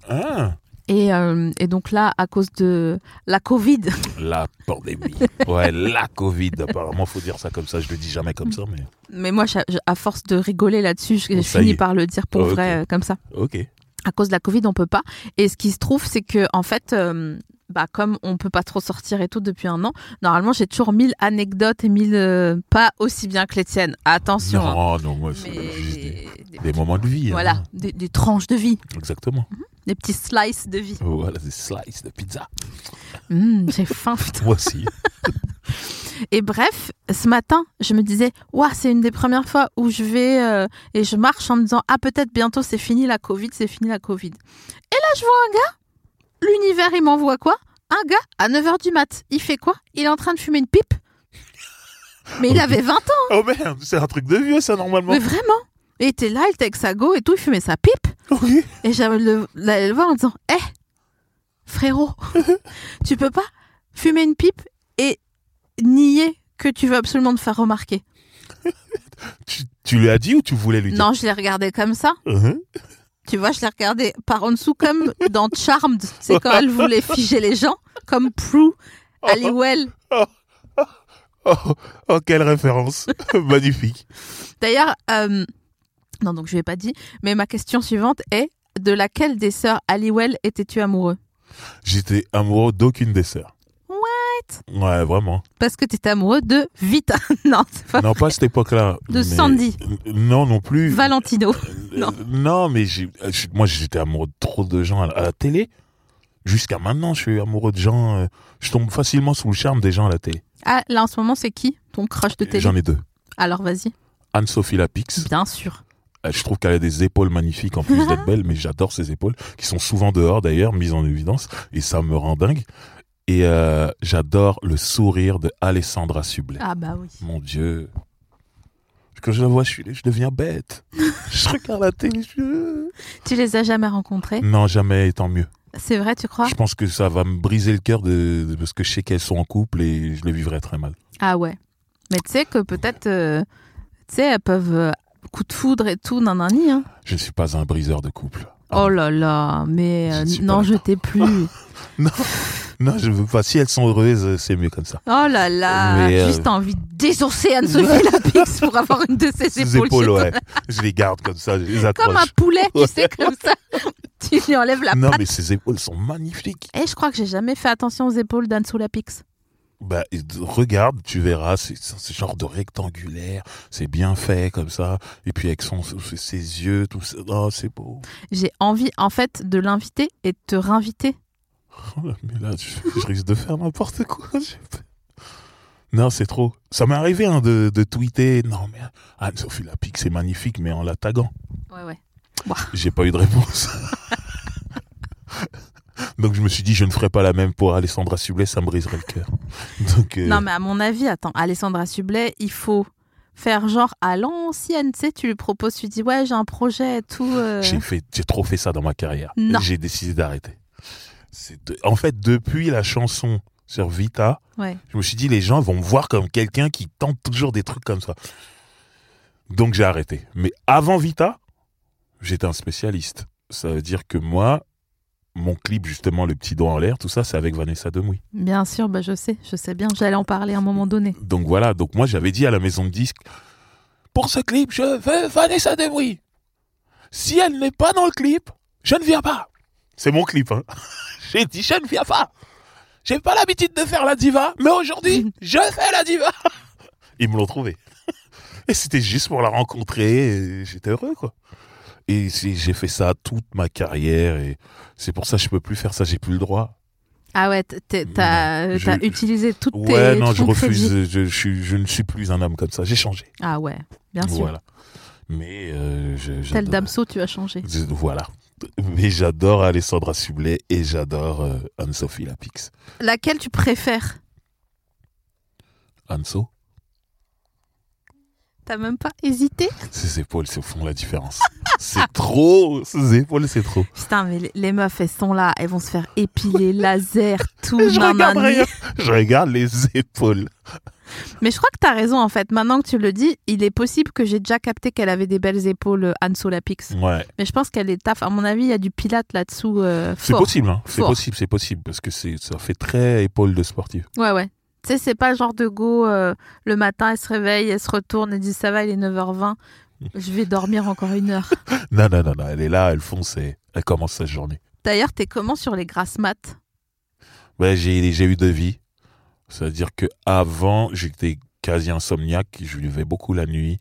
Speaker 2: Ah,
Speaker 1: Et, euh, et donc là, à cause de la Covid,
Speaker 2: la pandémie. Ouais, la Covid. Apparemment, faut dire ça comme ça. Je le dis jamais comme ça, mais
Speaker 1: mais moi, je- je- à force de rigoler là-dessus, je-
Speaker 2: Oh,
Speaker 1: j'ai
Speaker 2: ça y
Speaker 1: fini
Speaker 2: est.
Speaker 1: par le dire pour
Speaker 2: Oh, ok.
Speaker 1: vrai, euh, comme ça.
Speaker 2: ok.
Speaker 1: à cause de la Covid, on peut pas. Et ce qui se trouve, c'est que en fait, euh, bah, comme on peut pas trop sortir et tout depuis un an, normalement j'ai toujours mille anecdotes et mille euh, pas aussi bien que les tiennes. Attention. hein.
Speaker 2: Non, non, moi, c'est
Speaker 1: Mais-
Speaker 2: juste des,
Speaker 1: des-
Speaker 2: des moments de vie. hein.
Speaker 1: voilà, des, des tranches de vie,
Speaker 2: Exactement.
Speaker 1: des petits slices de vie.
Speaker 2: Voilà, des slices de pizza.
Speaker 1: Hum, j'ai faim. putain.
Speaker 2: Moi aussi.
Speaker 1: Et bref, ce matin, je me disais, ouah, c'est une des premières fois où je vais euh, et je marche en me disant, ah peut-être bientôt c'est fini la Covid, c'est fini la Covid. Et là, je vois un gars, l'univers, il m'envoie quoi Un gars à 9h du mat, il fait quoi Il est en train de fumer une pipe. Mais il avait 20 ans,
Speaker 2: Oh merde, c'est un truc de vieux, ça, normalement.
Speaker 1: mais vraiment. Il était là, il était avec sa go et tout, il fumait sa pipe.
Speaker 2: Ok.
Speaker 1: Et j'allais le, l'aller le voir en disant Hé, frérot, tu peux pas fumer une pipe et nier que tu veux absolument te faire remarquer.
Speaker 2: Tu, tu lui as dit ou tu voulais lui dire
Speaker 1: Non, je l'ai regardé comme ça.
Speaker 2: Hein
Speaker 1: Tu vois, je l'ai regardé par en dessous comme dans Charmed. C'est quand elle voulait figer les gens, comme Prue, Halliwell.
Speaker 2: oh, oh, quelle référence. Magnifique.
Speaker 1: D'ailleurs, euh, non, donc je ne l'ai pas dit, mais ma question suivante est de laquelle des sœurs Halliwell étais-tu amoureux
Speaker 2: J'étais amoureux d'aucune des sœurs. What Ouais, vraiment.
Speaker 1: Parce que tu étais amoureux de Vita. non, c'est pas
Speaker 2: Non, pas à cette époque-là.
Speaker 1: De Sandy.
Speaker 2: Non, non plus.
Speaker 1: Valentino.
Speaker 2: Euh,
Speaker 1: Non.
Speaker 2: non, mais j'ai- euh, je- moi j'étais amoureux de trop de gens à la, à la télé. Jusqu'à maintenant, je suis amoureux de gens. euh, je tombe facilement sous le charme des gens à la télé.
Speaker 1: Ah, là en ce moment, c'est qui ton crush de télé
Speaker 2: J'en ai deux.
Speaker 1: Alors vas-y,
Speaker 2: Anne-Sophie Lapix.
Speaker 1: bien sûr.
Speaker 2: Euh, Je trouve qu'elle a des épaules magnifiques en plus d'être belle, mais j'adore ses épaules, qui sont souvent dehors d'ailleurs, mises en évidence, et ça me rend dingue. Et euh, j'adore le sourire de Alessandra Sublet.
Speaker 1: Ah bah oui.
Speaker 2: Mon Dieu. Quand je la vois, je, suis- je deviens bête. je regarde la télé. je-
Speaker 1: Tu les as jamais rencontrés
Speaker 2: Non, jamais, et tant mieux.
Speaker 1: C'est vrai, tu crois
Speaker 2: Je pense que ça va me briser le cœur de, de- parce que je sais qu'elles sont en couple et je le vivrai très mal.
Speaker 1: Ah ouais. Mais tu sais que peut-être, euh, tu sais, elles peuvent euh, coup de foudre et tout, nanani. Hein.
Speaker 2: Je ne suis pas un briseur de couple. Ah
Speaker 1: Oh là là, mais euh,
Speaker 2: Je suis pas
Speaker 1: non, je
Speaker 2: d'accord.
Speaker 1: t'ai plus.
Speaker 2: Non, non, je veux pas. Si elles sont heureuses, c'est mieux comme ça.
Speaker 1: Oh là là,
Speaker 2: Mais, euh,
Speaker 1: juste envie de désosser Anne-Sophie Lapix pour avoir une de ses
Speaker 2: Ces
Speaker 1: épaules.
Speaker 2: épaules,
Speaker 1: chez toi.
Speaker 2: ouais. Je les garde comme ça, je les accroche.
Speaker 1: Comme un poulet, tu
Speaker 2: Ouais.
Speaker 1: sais, comme ça. tu lui enlèves la
Speaker 2: non,
Speaker 1: patte.
Speaker 2: mais ces épaules sont magnifiques.
Speaker 1: Et je crois que j'ai jamais fait attention aux épaules d'Anne-Sophie Lapix.
Speaker 2: Bah, et d- regarde, tu verras, c'est c'est ce genre de rectangulaire, c'est bien fait comme ça. Et puis avec son, ses- ses yeux, tout ça. Oh, c'est beau.
Speaker 1: J'ai envie, en fait, de l'inviter et de te réinviter.
Speaker 2: Oh là, mais là, je, je risque de faire n'importe quoi. J'ai peur. Non, c'est trop. Ça m'est arrivé hein, de, de tweeter. Non, mais Anne-Sophie Lapic, c'est magnifique, mais en la taguant.
Speaker 1: Ouais, ouais.
Speaker 2: J'ai pas eu de réponse. Donc je me suis dit, je ne ferai pas la même pour Alessandra Sublet, ça me briserait le cœur. Donc, euh,
Speaker 1: Non, mais à mon avis, attends, Alessandra Sublet, il faut faire genre à l'ancienne, tu sais, tu lui proposes, tu dis ouais, j'ai un projet et tout. euh.
Speaker 2: J'ai fait, j'ai trop fait ça dans ma carrière.
Speaker 1: Non.
Speaker 2: J'ai décidé d'arrêter. C'est de- En fait, depuis la chanson sur Vita,
Speaker 1: Ouais.
Speaker 2: je me suis dit les gens vont me voir comme quelqu'un qui tente toujours des trucs comme ça. Donc j'ai arrêté. Mais avant Vita, j'étais un spécialiste. Ça veut dire que moi, mon clip justement, le petit doigt en l'air, tout ça, c'est avec Vanessa Demouy.
Speaker 1: Bien sûr, bah, je sais, je sais bien, j'allais en parler à un moment donné.
Speaker 2: Donc voilà, donc moi j'avais dit à la maison de disques, pour ce clip, je veux Vanessa Debris. Si elle n'est pas dans le clip, je ne viens pas. C'est mon clip, hein. J'ai dit, je ne viens pas. J'ai pas l'habitude de faire la diva, mais aujourd'hui, je fais la diva. Ils me l'ont trouvé. Et c'était juste pour la rencontrer, et j'étais heureux, quoi. Et c'est- j'ai fait ça toute ma carrière, et c'est pour ça que je peux plus faire ça, j'ai plus le droit.
Speaker 1: Ah ouais, t- t'es- t'as
Speaker 2: Je-
Speaker 1: t'as utilisé toutes tes.
Speaker 2: Ouais, non,
Speaker 1: tout
Speaker 2: je
Speaker 1: ton crédit.
Speaker 2: refuse. Je, je suis- je ne suis plus un homme comme ça. J'ai changé.
Speaker 1: Ah ouais, bien sûr.
Speaker 2: Voilà. Mais euh, je-
Speaker 1: Tel
Speaker 2: j'adore-
Speaker 1: Damso, tu as changé.
Speaker 2: je- Voilà. Mais j'adore Alessandra Sublet et j'adore euh, Anne-Sophie Lapix.
Speaker 1: Laquelle tu préfères
Speaker 2: Anso,
Speaker 1: T'as même pas hésité
Speaker 2: ses épaules se font la différence. c'est trop. Ses épaules, c'est trop.
Speaker 1: Putain, mais les- les meufs, elles sont là, elles vont se faire épiler, laser, tout.
Speaker 2: Je
Speaker 1: nan,
Speaker 2: regarde
Speaker 1: nan,
Speaker 2: rien.
Speaker 1: ni.
Speaker 2: Je regarde les épaules.
Speaker 1: Mais je crois que t'as raison, en fait. Maintenant que tu le dis, il est possible que j'ai déjà capté qu'elle avait des belles épaules, euh, Anne Solapix.
Speaker 2: Ouais.
Speaker 1: Mais je pense qu'elle est taf. À mon avis, il y a du pilate là-dessous euh,
Speaker 2: C'est
Speaker 1: fort.
Speaker 2: possible, hein. C'est
Speaker 1: Fort.
Speaker 2: possible, c'est possible. Parce que c'est- ça fait très épaule de sportif.
Speaker 1: Ouais, ouais. Tu sais, c'est pas le genre de go, euh, le matin, elle se réveille, elle se retourne, elle dit ça va, il est 9h20, je vais dormir encore une heure.
Speaker 2: Non, non, non, non. Elle est là, elle fonce et elle commence sa journée.
Speaker 1: D'ailleurs, t'es comment sur les grasses maths
Speaker 2: Ouais, Ben, j'ai j'ai eu deux vies. C'est-à-dire que avant, j'étais quasi insomniaque. Je vivais beaucoup la nuit.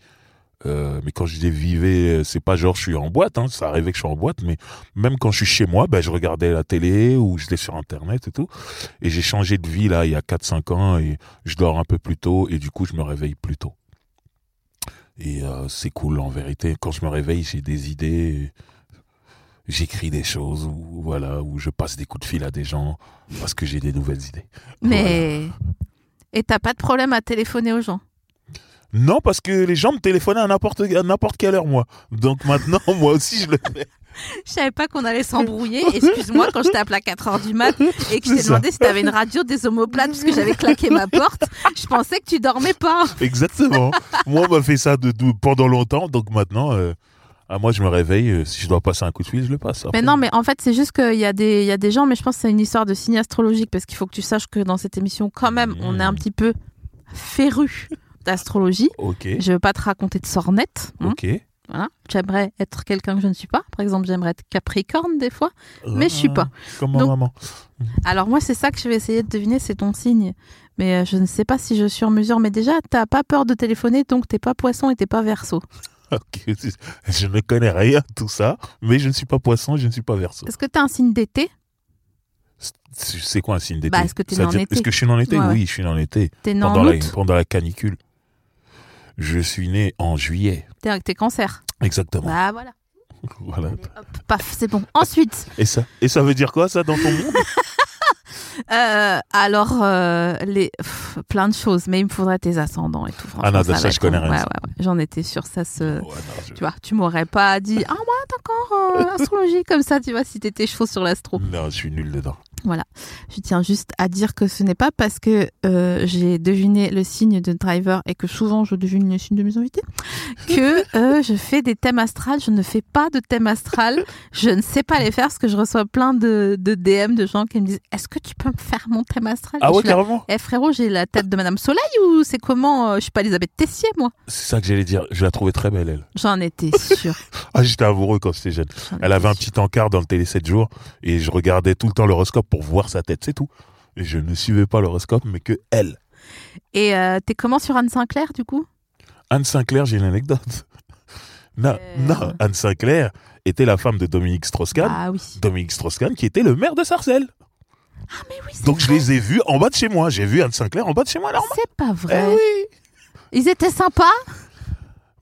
Speaker 2: Euh, mais quand je les vivais, euh, c'est pas genre je suis en boîte, hein, ça arrivait que je suis en boîte, mais même quand je suis chez moi, ben, je regardais la télé ou j'étais sur internet et tout. Et j'ai changé de vie là il y a 4-5 ans et je dors un peu plus tôt et du coup je me réveille plus tôt. Et euh, c'est cool en vérité. Quand je me réveille, j'ai des idées, j'écris des choses ou voilà, ou je passe des coups de fil à des gens parce que j'ai des nouvelles idées.
Speaker 1: Mais. Et t'as pas de problème à téléphoner aux gens
Speaker 2: Non, parce que les gens me téléphonaient à n'importe à n'importe quelle heure moi. Donc maintenant moi aussi je le
Speaker 1: Je savais pas qu'on allait s'embrouiller. Excuse-moi quand je t'appelle à 4h du mat et que je
Speaker 2: C'est
Speaker 1: t'ai
Speaker 2: ça.
Speaker 1: demandé si t'avais une radio des omoplates parce que j'avais claqué ma porte. Je pensais que tu dormais pas.
Speaker 2: Exactement. moi, on m'a fait ça de, de- pendant longtemps. Donc maintenant, euh, à moi, je me réveille. euh, si je dois passer un coup de fil, je le passe. Après,
Speaker 1: Mais non, mais en fait, c'est juste qu'il y, a des- il y a des gens, mais je pense que c'est une histoire de signe astrologique parce qu'il faut que tu saches que dans cette émission, quand même, on est un petit peu féru d'astrologie.
Speaker 2: Ok.
Speaker 1: Je veux pas te raconter de sornettes. hein.
Speaker 2: Ok.
Speaker 1: Voilà. J'aimerais être quelqu'un que je ne suis pas. Par exemple, j'aimerais être capricorne des fois. Mais je suis pas.
Speaker 2: Ah, Comme ma
Speaker 1: Donc-
Speaker 2: maman.
Speaker 1: Alors moi, c'est ça que je vais essayer de deviner, c'est ton signe. Mais euh, je ne sais pas si je suis en mesure. Mais déjà, t'as pas peur de téléphoner, donc t'es pas poisson et t'es pas verso.
Speaker 2: Ok. Je ne connais rien à tout ça, mais je ne suis pas poisson, je ne suis pas verso.
Speaker 1: Est-ce que t'as un signe d'été
Speaker 2: C'est c'est quoi un signe d'été
Speaker 1: Bah, est-ce que t'es né en
Speaker 2: C'est-à-dire,
Speaker 1: été
Speaker 2: Est-ce que je suis né en été
Speaker 1: Ouais, ouais.
Speaker 2: Oui, je suis né en été.
Speaker 1: T'es né
Speaker 2: Pendant
Speaker 1: en
Speaker 2: la,
Speaker 1: août,
Speaker 2: pendant la canicule. Je suis né en juillet.
Speaker 1: t'es t'es cancer.
Speaker 2: Exactement.
Speaker 1: Bah voilà.
Speaker 2: Voilà.
Speaker 1: Allez, hop, paf, c'est bon. Ensuite,
Speaker 2: Et ça, et ça veut dire quoi, ça, dans ton monde
Speaker 1: euh, alors, euh, les, pff, plein de choses, mais il me faudrait tes ascendants et tout. franchement,
Speaker 2: Ah non, de ça,
Speaker 1: va
Speaker 2: je
Speaker 1: être-
Speaker 2: connais rien. Oh.
Speaker 1: Ouais, ouais, ouais. J'en étais sûre, ça se.
Speaker 2: Ouais, non, je-
Speaker 1: Tu vois, tu m'aurais pas dit, ah, moi, d'accord, euh, astrologie comme ça, tu vois, si t'étais chaud sur l'astro.
Speaker 2: non, je suis nul dedans.
Speaker 1: Ah, Je tiens juste à dire que ce n'est pas parce que euh, j'ai deviné le signe de driver et que souvent je devine le signe de mes invités que euh, je fais des thèmes astrales. Je ne fais pas de thèmes astrales. Je ne sais pas les faire parce que je reçois plein de, de DM de gens qui me disent Est-ce que tu peux me faire mon thème astral
Speaker 2: Ah
Speaker 1: Et je
Speaker 2: ouais,
Speaker 1: suis là,
Speaker 2: carrément
Speaker 1: Eh frérot, j'ai la tête de Madame Soleil ou c'est comment euh, Je suis pas Elisabeth Tessier, moi.
Speaker 2: C'est ça que j'allais dire. Je la trouvais très belle, elle.
Speaker 1: J'en étais sûre.
Speaker 2: Ah, j'étais amoureux quand j'étais jeune.
Speaker 1: J'en
Speaker 2: Elle avait un
Speaker 1: étais sûre.
Speaker 2: petit encart dans le télé 7 jours et je regardais tout le temps l'horoscope pour voir sa tête, c'est tout. Et je ne suivais pas l'horoscope, mais que elle.
Speaker 1: Et euh, t'es comment sur Anne Sinclair, du coup
Speaker 2: Anne Sinclair, j'ai une anecdote. Non,
Speaker 1: Euh.
Speaker 2: non, Anne Sinclair était la femme de Dominique Strauss-Kahn.
Speaker 1: Ah oui.
Speaker 2: Dominique Strauss-Kahn qui était le maire de Sarcelles.
Speaker 1: Mais oui, c'est
Speaker 2: Donc je les ai vus en bas de chez moi. J'ai vu Anne Sinclair en bas de chez moi, alors.
Speaker 1: c'est pas
Speaker 2: Eh
Speaker 1: vrai.
Speaker 2: oui
Speaker 1: Ils étaient sympas.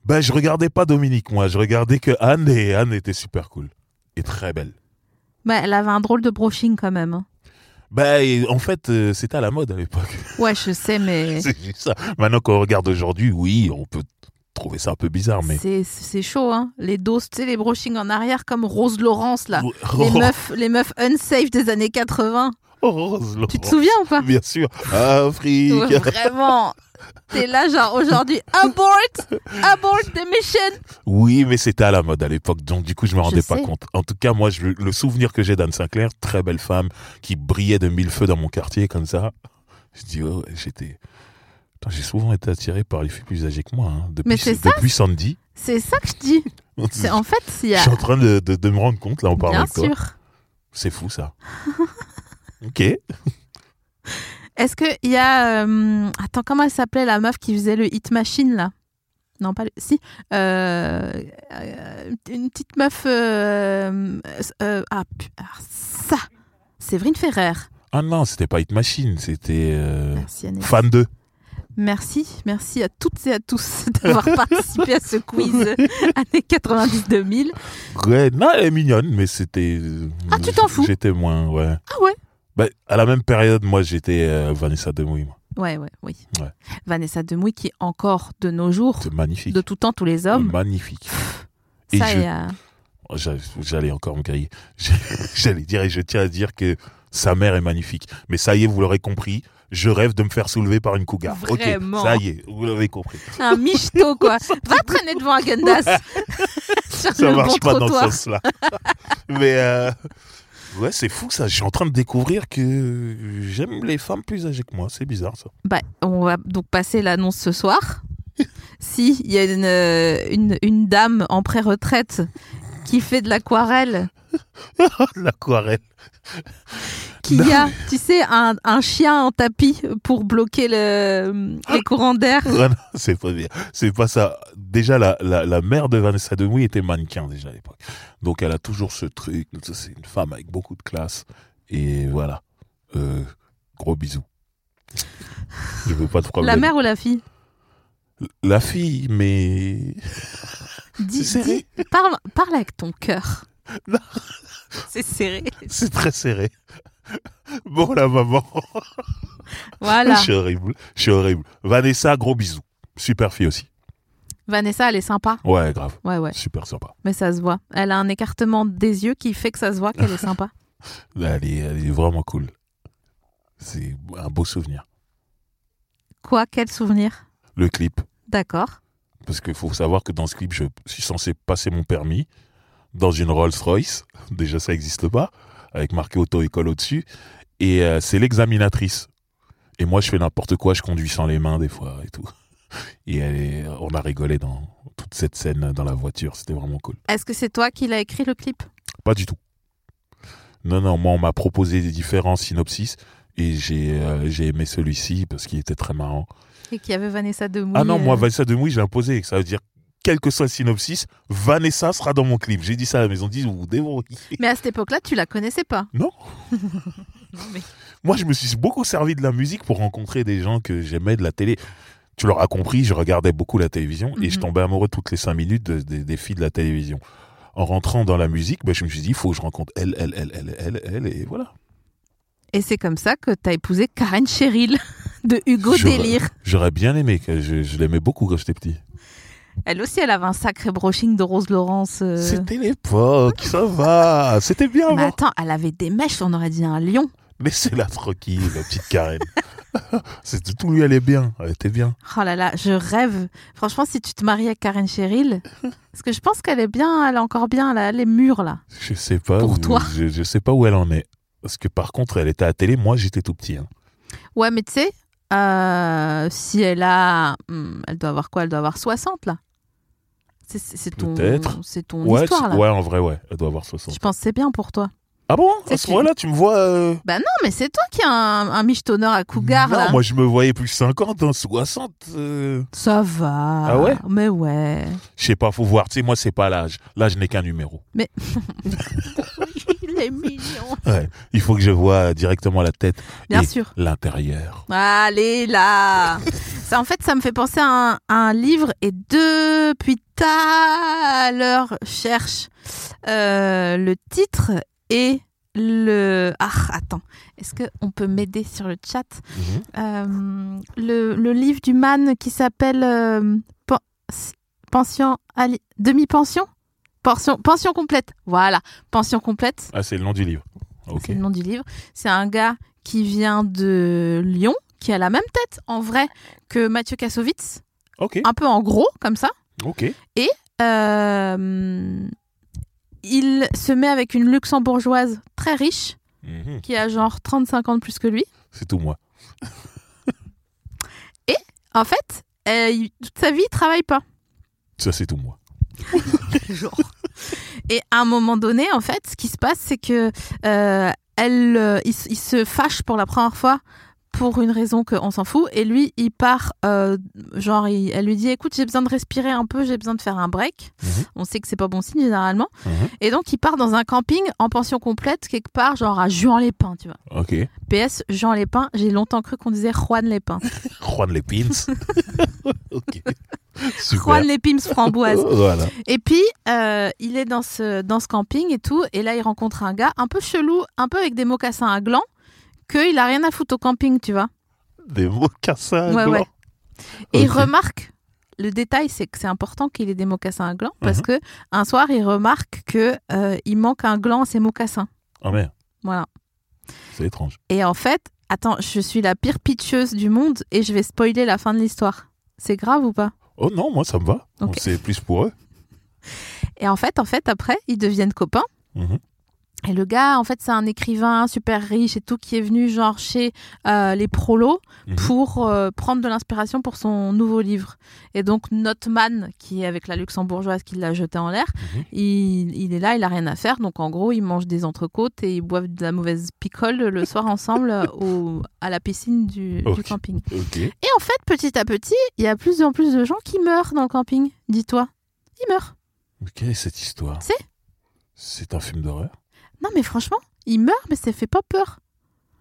Speaker 2: Ben, je regardais pas Dominique, moi. Je regardais que Anne et Anne était super cool. Et très belle.
Speaker 1: Bah, elle avait un drôle de brushing quand même. hein.
Speaker 2: Ben, et en fait, euh, c'était à la mode à l'époque.
Speaker 1: Ouais, je sais, mais
Speaker 2: C'est juste ça. Maintenant qu'on regarde aujourd'hui, oui, on peut trouver ça un peu bizarre, mais.
Speaker 1: c'est c'est chaud. Hein. Les doses, tu sais, les brushings en arrière comme Rose Laurence, là. Ah, Les,
Speaker 2: Oh,
Speaker 1: meufs, les meufs unsafe des années 80.
Speaker 2: oh, oh,
Speaker 1: Tu te
Speaker 2: oh.
Speaker 1: souviens ou pas
Speaker 2: Bien sûr. Afrique.
Speaker 1: Ouais, Vraiment. T'es là, genre, aujourd'hui, abort Abort démission
Speaker 2: Oui, mais c'était à la mode à l'époque, donc du coup, je me rendais pas
Speaker 1: sais. Mais
Speaker 2: oh,
Speaker 1: c'est ça.
Speaker 2: hein, depuis Sandy.
Speaker 1: C'est ça que je dis. C'est- En fait, il y
Speaker 2: Je
Speaker 1: a.
Speaker 2: suis en train de, de- de me rendre compte, là, en parlant
Speaker 1: Bien
Speaker 2: avec toi.
Speaker 1: sûr.
Speaker 2: C'est fou, ça. ok.
Speaker 1: Est-ce qu'il y a. euh, Attends, comment elle s'appelait la meuf qui faisait le Hit Machine, là Non, pas le. Si. Euh, euh, Une petite meuf. euh, euh, ah, pu- ah, ça Séverine Ferrer.
Speaker 2: Ah non, c'était pas Hit Machine, c'était euh,
Speaker 1: Merci Annette.
Speaker 2: Fan 2.
Speaker 1: Merci, merci à toutes et à tous d'avoir participé à ce quiz années 90-2000.
Speaker 2: Ouais, non, elle est mignonne, mais c'était.
Speaker 1: Ah, tu t'en fous
Speaker 2: J'étais moins, ouais.
Speaker 1: Ah ouais
Speaker 2: Bah, à la même période, moi, j'étais euh, Vanessa Demouy. moi.
Speaker 1: Ouais, ouais, oui.
Speaker 2: Ouais.
Speaker 1: Vanessa Demouy qui encore de nos jours,
Speaker 2: C'était magnifique.
Speaker 1: de tout temps, tous les hommes,
Speaker 2: Magnifique. Et
Speaker 1: ça
Speaker 2: je-
Speaker 1: est, euh,
Speaker 2: Oh, j'a- J'allais encore me cailler. J'allais dire, et je tiens à dire que sa mère est magnifique. Mais ça y est, vous l'aurez compris, je rêve de me faire soulever par une cougar. Ok,
Speaker 1: Vraiment.
Speaker 2: ça y est, vous l'avez compris.
Speaker 1: un michto quoi. Va traîner devant un Gundas sur
Speaker 2: Ça
Speaker 1: le
Speaker 2: marche
Speaker 1: bon
Speaker 2: pas dans
Speaker 1: trottoir.
Speaker 2: ce sens-là. Mais euh, ouais, c'est fou ça. Je suis en train de découvrir que j'aime les femmes plus âgées que moi. C'est bizarre ça.
Speaker 1: Bah, on va donc passer l'annonce ce soir. si il y a une, euh, une, une dame en pré-retraite qui fait de l'aquarelle,
Speaker 2: L'aquarelle.
Speaker 1: qui
Speaker 2: Non,
Speaker 1: a, tu sais, un, un chien en tapis pour bloquer le,
Speaker 2: Ah.
Speaker 1: les courants d'air.
Speaker 2: Ouais, non, c'est pas bien. C'est pas ça. Déjà, la, la, la mère de Vanessa Demouy était mannequin déjà à l'époque. Donc, elle a toujours ce truc. C'est une femme avec beaucoup de classe. Et voilà. Euh, gros bisous. Je veux pas de problème.
Speaker 1: La mère ou la fille
Speaker 2: La fille, mais.
Speaker 1: Dis,
Speaker 2: C'est serré.
Speaker 1: dis, parle, parle avec ton cœur.
Speaker 2: Non.
Speaker 1: C'est serré.
Speaker 2: C'est très serré. Bon, la maman.
Speaker 1: Voilà.
Speaker 2: Je suis horrible. Je suis horrible. Vanessa, gros bisous. Super fille aussi.
Speaker 1: Vanessa, elle est sympa.
Speaker 2: Ouais, grave.
Speaker 1: Ouais, ouais.
Speaker 2: Super sympa.
Speaker 1: Mais ça se voit. Elle a un écartement des yeux qui fait que ça se voit qu'elle est sympa.
Speaker 2: Elle est, elle est vraiment cool. C'est un beau souvenir.
Speaker 1: Quoi Quel souvenir
Speaker 2: Le clip.
Speaker 1: D'accord.
Speaker 2: Parce qu'il faut savoir que dans ce clip, je suis censé passer mon permis dans une Rolls-Royce. Déjà, ça n'existe pas. Avec marqué auto-école au-dessus. Et euh, c'est l'examinatrice. Et moi, je fais n'importe quoi. Je conduis sans les mains, des fois, et tout. Et elle est- on a rigolé dans toute cette scène dans la voiture. C'était vraiment cool.
Speaker 1: Est-ce que c'est toi qui l'as écrit le clip
Speaker 2: Pas du tout. Non, non, moi, on m'a proposé des différents synopsis. Et j'ai euh, j'ai aimé celui-ci parce qu'il était très marrant.
Speaker 1: Et qu'il y avait Vanessa Demouy
Speaker 2: Ah non, moi,
Speaker 1: euh,
Speaker 2: Vanessa Demouy, je l'ai imposé. Ça veut dire, quel que soit le synopsis, Vanessa sera dans mon clip. J'ai dit ça à la maison, dit, vous vous débrouillez.
Speaker 1: Mais à cette époque-là, tu la connaissais pas.
Speaker 2: Non.
Speaker 1: Non, mais-
Speaker 2: Moi, je me suis beaucoup servi de la musique pour rencontrer des gens que j'aimais de la télé. Tu l'auras compris, je regardais beaucoup la télévision et je
Speaker 1: Mhm.
Speaker 2: tombais amoureux toutes les cinq minutes de- des- des filles de la télévision. En rentrant dans la musique, ben, je me suis dit, il faut que je rencontre elle, elle, elle, elle, elle, elle, et voilà.
Speaker 1: Et c'est comme ça que t'as épousé Karen Cheryl de Hugo
Speaker 2: Je-
Speaker 1: Délire.
Speaker 2: J'aurais bien aimé, que- je, je l'aimais beaucoup quand j'étais petit.
Speaker 1: Elle aussi, elle avait un sacré brushing de Rose Laurence. euh.
Speaker 2: C'était l'époque, ça va, c'était bien
Speaker 1: Mais
Speaker 2: avant.
Speaker 1: attends, elle avait des mèches, on aurait dit un lion.
Speaker 2: Laissez-la tranquille, la petite Karen. C'est tout lui allait bien, elle était bien.
Speaker 1: Oh là là, je rêve. Franchement, si tu te maries à Karen Cheryl, parce que je pense qu'elle est bien, elle est encore bien, là, elle est mûre là.
Speaker 2: Je sais pas.
Speaker 1: Pour
Speaker 2: où,
Speaker 1: toi.
Speaker 2: Je, je sais pas où elle en est. Parce que par contre, elle était à la télé, moi j'étais tout petit. hein.
Speaker 1: Ouais, mais tu sais, euh, si elle a. hmm, elle doit avoir quoi Elle doit avoir 60 là. C'est- C'est c'est ton,
Speaker 2: Peut-être.
Speaker 1: c'est ton
Speaker 2: ouais,
Speaker 1: histoire
Speaker 2: tu-
Speaker 1: là.
Speaker 2: ouais, en vrai, ouais, elle doit avoir
Speaker 1: Je
Speaker 2: 60.
Speaker 1: pense que c'est bien pour toi.
Speaker 2: Ah bon
Speaker 1: Tu sais,
Speaker 2: À ce
Speaker 1: tu-
Speaker 2: moment-là, tu me vois. euh,
Speaker 1: Bah non, mais c'est toi qui as un, un michetonneur à cougar
Speaker 2: non,
Speaker 1: là.
Speaker 2: moi je me voyais plus 50, hein, 60. euh,
Speaker 1: Ça va.
Speaker 2: Ah ouais
Speaker 1: Mais ouais.
Speaker 2: Je sais pas, faut voir. Tu sais, moi c'est pas l'âge. L'âge n'est qu'un numéro.
Speaker 1: Il est mignon.
Speaker 2: Ouais. Il faut que je vois directement la tête,
Speaker 1: Bien
Speaker 2: Et-
Speaker 1: sûr.
Speaker 2: l'intérieur.
Speaker 1: Allez là ça, En fait, ça me fait penser à un, à un livre et depuis tout à l'heure, je cherche euh, le titre et le... Ah, attends, est-ce qu'on peut m'aider sur le chat
Speaker 2: Mhm.
Speaker 1: Euh, le, le livre du man qui s'appelle euh, Pen- Pension... Ali- Demi-pension Pension, pension complète, voilà, pension complète.
Speaker 2: Ah, c'est le nom du livre. Ok.
Speaker 1: C'est le nom du livre. C'est un gars qui vient de Lyon, qui a la même tête en vrai que Mathieu Kassovitz,
Speaker 2: Ok.
Speaker 1: un peu en gros comme ça.
Speaker 2: Ok.
Speaker 1: Euh, il se met avec une luxembourgeoise très riche,
Speaker 2: Mhm.
Speaker 1: qui a genre 35 ans de plus que lui.
Speaker 2: C'est tout moi.
Speaker 1: En fait, euh, il- toute sa vie, il travaille pas.
Speaker 2: Ça, c'est tout moi.
Speaker 1: Genre. Et à un moment donné, en fait, ce qui se passe, c'est que euh, elle, euh, il, se- il se fâche pour la première fois pour une raison qu'on s'en fout. Et lui, il part, euh, genre, il- elle lui dit écoute, j'ai besoin de respirer un peu, j'ai besoin de faire un break.
Speaker 2: Mhm.
Speaker 1: On sait que c'est pas bon signe généralement.
Speaker 2: Mhm.
Speaker 1: Et donc, il part dans un camping en pension complète, quelque part, genre à Juan-les-Pins, tu vois.
Speaker 2: Ok.
Speaker 1: PS, Jean-les-Pins, j'ai longtemps cru qu'on disait Juan-les-Pins.
Speaker 2: Juan les pins. ok. Super.
Speaker 1: Juan-les-Pins framboise.
Speaker 2: Voilà.
Speaker 1: Et puis, euh, il est dans ce, dans ce camping et tout. Et là, il rencontre un gars un peu chelou, un peu avec des mocassins à gland, qu'il a rien à foutre au camping, tu vois.
Speaker 2: Des mocassins.
Speaker 1: Ouais,
Speaker 2: blancs.
Speaker 1: ouais. Et il
Speaker 2: Ok.
Speaker 1: remarque, le détail, c'est que c'est important qu'il ait des mocassins à gland, parce que un soir, il remarque que euh, il manque un gland à ses mocassins.
Speaker 2: Ah merde,
Speaker 1: Voilà.
Speaker 2: c'est étrange.
Speaker 1: Et en fait, attends, je suis la pire pitcheuse du monde et je vais spoiler la fin de l'histoire. C'est grave ou pas
Speaker 2: Oh non, moi ça me va.
Speaker 1: Ok.
Speaker 2: C'est plus pour eux.
Speaker 1: Et en fait, en fait, après, ils deviennent copains.
Speaker 2: Mhm.
Speaker 1: Et le gars, en fait, c'est un écrivain super riche et tout qui est venu genre chez euh, les prolos
Speaker 2: Mhm.
Speaker 1: pour euh, prendre de l'inspiration pour son nouveau livre. Et donc Notman, qui est avec la luxembourgeoise qui l'a jeté en l'air,
Speaker 2: Mhm.
Speaker 1: il, il est là, il a rien à faire. Donc en gros, ils mangent des entrecôtes et ils boivent de la mauvaise picole le soir ensemble au, à la piscine du, du
Speaker 2: Ok.
Speaker 1: camping.
Speaker 2: Ok.
Speaker 1: Et en fait, petit à petit, il y a plus en plus de gens qui meurent dans le camping. Dis-toi, ils meurent.
Speaker 2: Mais quelle est cette histoire
Speaker 1: C'est
Speaker 2: C'est un film d'horreur.
Speaker 1: Non mais franchement, il meurt mais ça fait pas peur.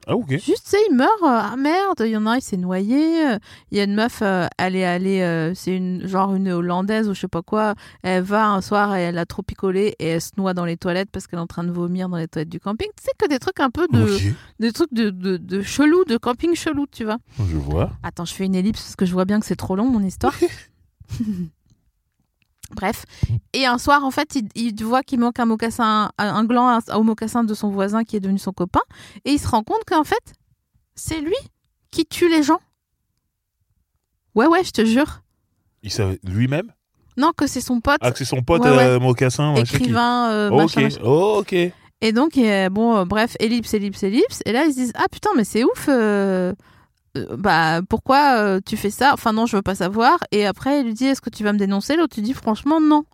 Speaker 2: Ah ok.
Speaker 1: Juste, tu sais, il meurt. euh, ah merde, il y en a un, il s'est noyé. euh, Il y a une meuf, euh, elle est allée, euh, c'est une, genre une hollandaise ou je sais pas quoi. Elle va un soir et elle a trop picolé et elle se noie dans les toilettes parce qu'elle est en train de vomir dans les toilettes du camping. Tu sais que des trucs un peu de,
Speaker 2: Ok.
Speaker 1: des trucs de, de, de chelou, de camping chelou, tu vois.
Speaker 2: Je vois.
Speaker 1: Attends, je fais une ellipse parce que je vois bien que c'est trop long mon histoire. Bref. Et un soir, en fait, il, il voit qu'il manque un mocassin, un, un gland à- au mocassin de son voisin qui est devenu son copain. Et il se rend compte qu'en fait, c'est lui qui tue les gens. Ouais, ouais, je te jure.
Speaker 2: Il savait lui-même
Speaker 1: Non, que c'est son pote,
Speaker 2: Ah, que c'est son pote
Speaker 1: Ouais, ouais.
Speaker 2: euh, mocassin. machin, qui-
Speaker 1: écrivain, euh, machin, machin.
Speaker 2: Ok. Ok.
Speaker 1: Et donc, euh, bon, euh, bref, ellipse, ellipse, ellipse. Et là, ils se disent Ah putain, mais c'est ouf euh, euh, Bah, pourquoi euh, tu fais ça Enfin, non, je veux pas savoir. Et après, il lui dit Est-ce que tu vas me dénoncer L'autre, tu dis Franchement, non.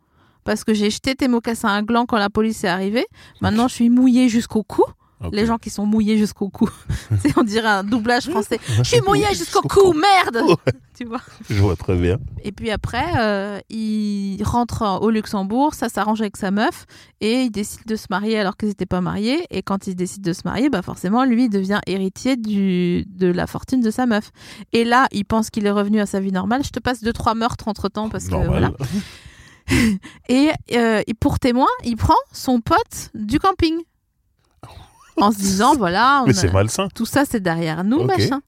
Speaker 1: Parce que j'ai jeté tes mocassins à gland quand la police est arrivée. Maintenant, je suis mouillée jusqu'au cou.
Speaker 2: Ok.
Speaker 1: Les gens qui sont mouillés jusqu'au cou. c'est, on dirait un doublage français. Je suis mouillée jusqu'au cou, merde Tu vois
Speaker 2: Je vois très bien.
Speaker 1: et puis après, euh, il rentre en- au Luxembourg, ça s'arrange avec sa meuf, et il décide de se marier alors qu'ils n'étaient pas mariés. Et quand il décide de se marier, bah forcément, lui il devient héritier du, de la fortune de sa meuf. Et là, il pense qu'il est revenu à sa vie normale. Je te passe deux trois meurtres entre temps parce que voilà.
Speaker 2: Normal.
Speaker 1: Et, euh, et pour témoin, il prend son pote du camping en se disant voilà, on
Speaker 2: Mais
Speaker 1: a-
Speaker 2: c'est malsain.
Speaker 1: tout ça c'est derrière nous,
Speaker 2: Ok.
Speaker 1: machin.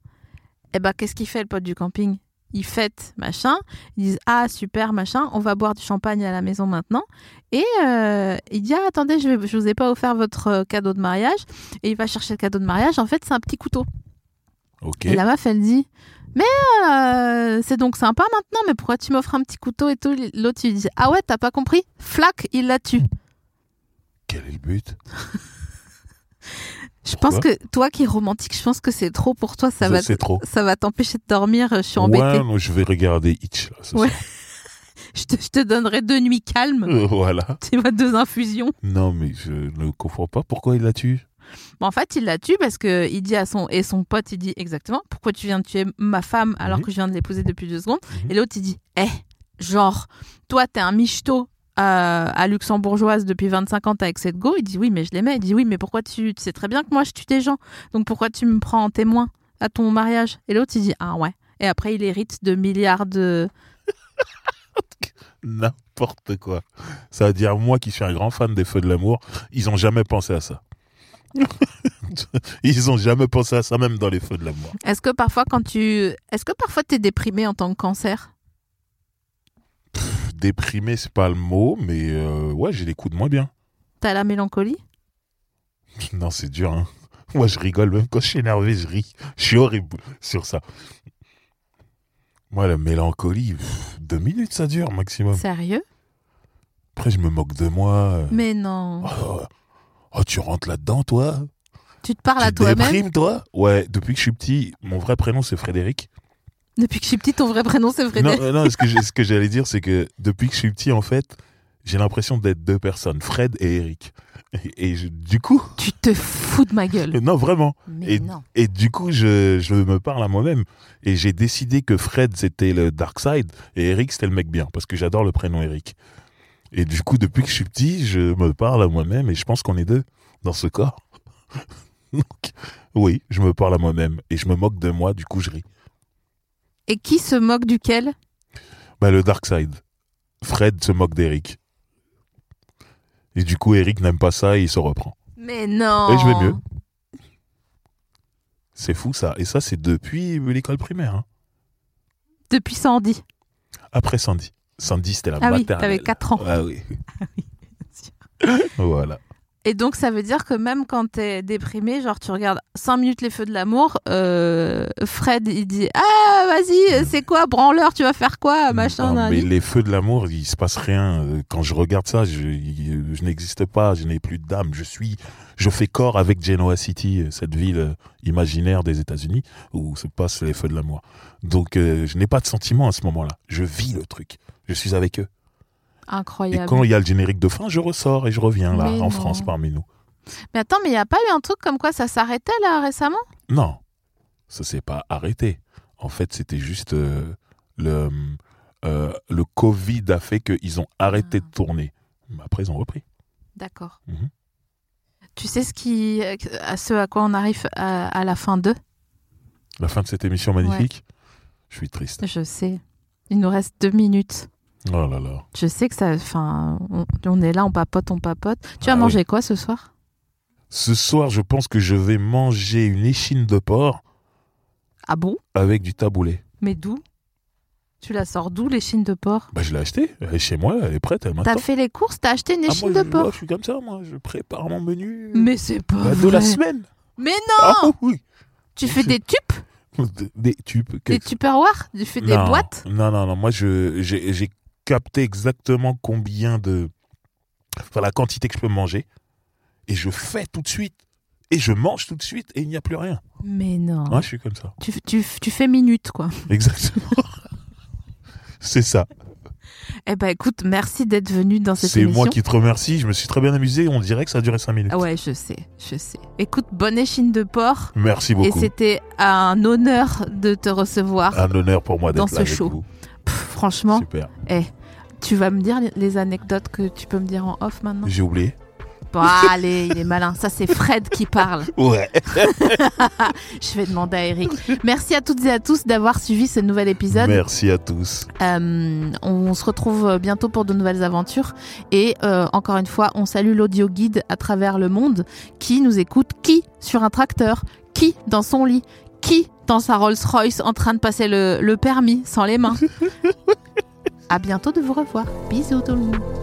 Speaker 1: Et ben qu'est-ce qu'il fait le pote du camping Il fête, machin. Ils disent ah super, machin. On va boire du champagne à la maison maintenant. Et euh, il dit ah, attendez, je, vais, je vous ai pas offert votre euh, cadeau de mariage. Et il va chercher le cadeau de mariage. En fait, c'est un petit couteau.
Speaker 2: Ok.
Speaker 1: Et la meuf, elle dit mais euh, c'est donc sympa maintenant. Mais pourquoi tu m'offres un petit couteau et tout L'autre il dit ah ouais, t'as pas compris Flac, il la tue.
Speaker 2: Quel est le but
Speaker 1: Je pense
Speaker 2: Pourquoi
Speaker 1: que toi qui es romantique, je pense que c'est trop pour toi. Ça va,
Speaker 2: C'est trop.
Speaker 1: ça va t'empêcher de dormir. euh, Je suis embêtée.
Speaker 2: Ouais, moi, je vais regarder Hitch. là, ce
Speaker 1: Ouais.
Speaker 2: soir.
Speaker 1: je te, je te donnerai deux nuits calmes.
Speaker 2: Euh, voilà.
Speaker 1: Tu vois, deux infusions.
Speaker 2: Non, mais je ne comprends pas pourquoi il la tue.
Speaker 1: Bon, en fait, il la tue parce que il dit à son et son pote, il dit exactement pourquoi tu viens de tuer ma femme alors
Speaker 2: Mhm.
Speaker 1: que je viens de l'épouser depuis deux secondes.
Speaker 2: Mhm.
Speaker 1: Et l'autre, il dit, eh, genre, toi, t'es un michto euh, à luxembourgeoise depuis 25 ans t'es avec cette go. Il dit oui, mais je l'aimais. Il dit oui, mais pourquoi tu, tu sais très bien que moi je tue des gens. Donc pourquoi tu me prends en témoin à ton mariage Et l'autre, il dit ah ouais. Et après, il hérite de milliards de.
Speaker 2: N'importe quoi. Ça veut dire, moi qui suis un grand fan des Feux de l'amour, ils n'ont jamais pensé à ça. ils n'ont jamais pensé à ça, même dans les Feux de l'amour.
Speaker 1: Est-ce que parfois quand tu, est-ce que parfois t'es déprimé en tant que cancer
Speaker 2: Pff, Déprimé, c'est pas le mot, mais euh, ouais, j'ai des coups de moins bien.
Speaker 1: T'as la mélancolie
Speaker 2: Non, c'est dur. hein. Moi, je rigole. Même quand je suis énervé, je ris. Je suis horrible sur ça. Moi, la mélancolie, pff, deux minutes, ça dure maximum.
Speaker 1: Sérieux
Speaker 2: Oh. Après, je me moque de moi.
Speaker 1: Mais non.
Speaker 2: Oh, oh, oh, tu rentres là-dedans, toi
Speaker 1: Tu te parles à
Speaker 2: Tu te
Speaker 1: toi-même.
Speaker 2: déprimes, toi Ouais, depuis que je suis petit, mon vrai prénom, c'est Frédéric.
Speaker 1: Depuis que je suis petite, ton vrai prénom c'est
Speaker 2: Non,
Speaker 1: Frédéric.
Speaker 2: euh, non, ce que j'ai- ce que j'allais dire, c'est que depuis que je suis petit, en fait, j'ai l'impression d'être deux personnes, Fred et Eric. Et je- du coup,
Speaker 1: Tu te fous de ma gueule.
Speaker 2: non, vraiment.
Speaker 1: Mais non.
Speaker 2: Et du coup, je, je me parle à moi-même. Et j'ai décidé que Fred, c'était le Dark Side et Eric, c'était le mec bien, parce que j'adore le prénom Eric. Et du coup, depuis que je suis petit, je me parle à moi-même et je pense qu'on est deux dans ce corps. Donc, oui, je me parle à moi-même et je me moque de moi, du coup, je ris.
Speaker 1: Et qui se moque duquel
Speaker 2: Bah, le Dark Side. Fred se moque d'Eric. Et du coup, Eric n'aime pas ça et il se reprend.
Speaker 1: Mais non.
Speaker 2: Et je vais mieux. C'est fou ça. Et ça, c'est depuis l'école primaire. hein.
Speaker 1: Depuis Sandy.
Speaker 2: Après Sandy. Sandy, c'était la
Speaker 1: Ah oui,
Speaker 2: maternelle.
Speaker 1: t'avais 4 ans.
Speaker 2: Ah oui. voilà.
Speaker 1: Et donc, ça veut dire que même quand t'es déprimé, genre tu regardes 5 minutes les feux de l'amour, euh, Fred il dit Ah, vas-y, euh, c'est quoi, branleur, tu vas faire
Speaker 2: Ah,
Speaker 1: quoi, machin.
Speaker 2: Non,
Speaker 1: nan,
Speaker 2: mais
Speaker 1: nan.
Speaker 2: les feux de l'amour, il se passe rien. Euh, Quand je regarde ça, je, il- je n'existe pas, je n'ai plus d'âme. Je suis, je fais corps avec Genoa City, cette ville euh, imaginaire des États-Unis où se passent les feux de l'amour. Donc, euh, je n'ai pas de sentiment à ce moment-là. Je vis le truc. Je suis avec eux. Et
Speaker 1: Incroyable.
Speaker 2: quand il y a le générique de fin, je ressors et je reviens là,
Speaker 1: Mais
Speaker 2: en
Speaker 1: non.
Speaker 2: France, parmi nous.
Speaker 1: Mais attends, mais il n'y a pas eu un truc comme quoi ça s'arrêtait là récemment
Speaker 2: Non, ça s'est pas arrêté. En fait, c'était juste euh, le, euh, le Covid a fait qu'ils ont arrêté
Speaker 1: Ah.
Speaker 2: de tourner. Mais Après, ils ont repris.
Speaker 1: D'accord.
Speaker 2: Mhm.
Speaker 1: Tu sais ce, qui, euh, à ce à quoi on arrive à, à la fin 2
Speaker 2: La fin de cette émission magnifique. Je suis triste.
Speaker 1: Je sais. Il nous reste deux minutes.
Speaker 2: Oh là là.
Speaker 1: Je sais que ça. Enfin, on, on est là, on papote, on papote. Tu
Speaker 2: Ah
Speaker 1: as
Speaker 2: oui.
Speaker 1: mangé quoi ce soir
Speaker 2: Ce soir, je pense que je vais manger une échine de porc
Speaker 1: Ah bon
Speaker 2: avec du taboulé.
Speaker 1: Mais d'où Tu la sors d'où, l'échine de porc
Speaker 2: Bah, je l'ai achetée. Elle est chez moi. Elle est prête. Elle m'attend.
Speaker 1: T'as fait les courses, t'as acheté une
Speaker 2: Ah,
Speaker 1: échine
Speaker 2: moi, je-
Speaker 1: de porc
Speaker 2: moi, je suis comme ça. Moi, je prépare mon menu.
Speaker 1: Mais c'est pas
Speaker 2: Bah, de
Speaker 1: vrai. Oh.
Speaker 2: la semaine.
Speaker 1: Mais non
Speaker 2: Ah oui.
Speaker 1: Tu fais des tubes,
Speaker 2: Des- Des tubes.
Speaker 1: des
Speaker 2: Qu'est-ce-
Speaker 1: tupperwares Tu fais des
Speaker 2: Non,
Speaker 1: boîtes
Speaker 2: Non, non, non. Moi, je, j'ai, j'ai capté exactement combien de. Enfin, la quantité que je peux manger. Et je fais tout de suite. Et je mange tout de suite. Et il n'y a plus rien.
Speaker 1: Mais non.
Speaker 2: Moi, je suis comme ça.
Speaker 1: Tu, tu, tu fais minute, quoi.
Speaker 2: Exactement. C'est ça.
Speaker 1: Eh ben écoute, merci d'être venu dans cette
Speaker 2: C'est
Speaker 1: émission.
Speaker 2: moi qui te remercie. Je me suis très bien amusé. On dirait que ça a duré 5 minutes.
Speaker 1: Ah ouais, je sais, je sais. Écoute, bonne échine de porc.
Speaker 2: Merci
Speaker 1: Et
Speaker 2: beaucoup. Ah.
Speaker 1: c'était un honneur de te recevoir.
Speaker 2: Un honneur pour moi d'être
Speaker 1: Dans
Speaker 2: là
Speaker 1: ce
Speaker 2: avec
Speaker 1: show.
Speaker 2: vous.
Speaker 1: Pff, franchement,
Speaker 2: Super.
Speaker 1: tu vas me dire les anecdotes que tu peux me dire en off maintenant.
Speaker 2: J'ai oublié.
Speaker 1: Bon, allez, il est malin. Ça, c'est Fred qui parle.
Speaker 2: Ouais.
Speaker 1: Je vais demander à Eric. Merci à toutes et à tous d'avoir suivi ce nouvel épisode.
Speaker 2: Merci à tous.
Speaker 1: Euh, on se retrouve bientôt pour de nouvelles aventures. Et euh, encore une fois, on salue l'audio guide à travers le monde qui nous écoute, qui sur un tracteur, qui dans son lit, qui dans sa Rolls-Royce en train de passer le, le permis sans les mains. à bientôt de vous revoir. Bisous tout le monde.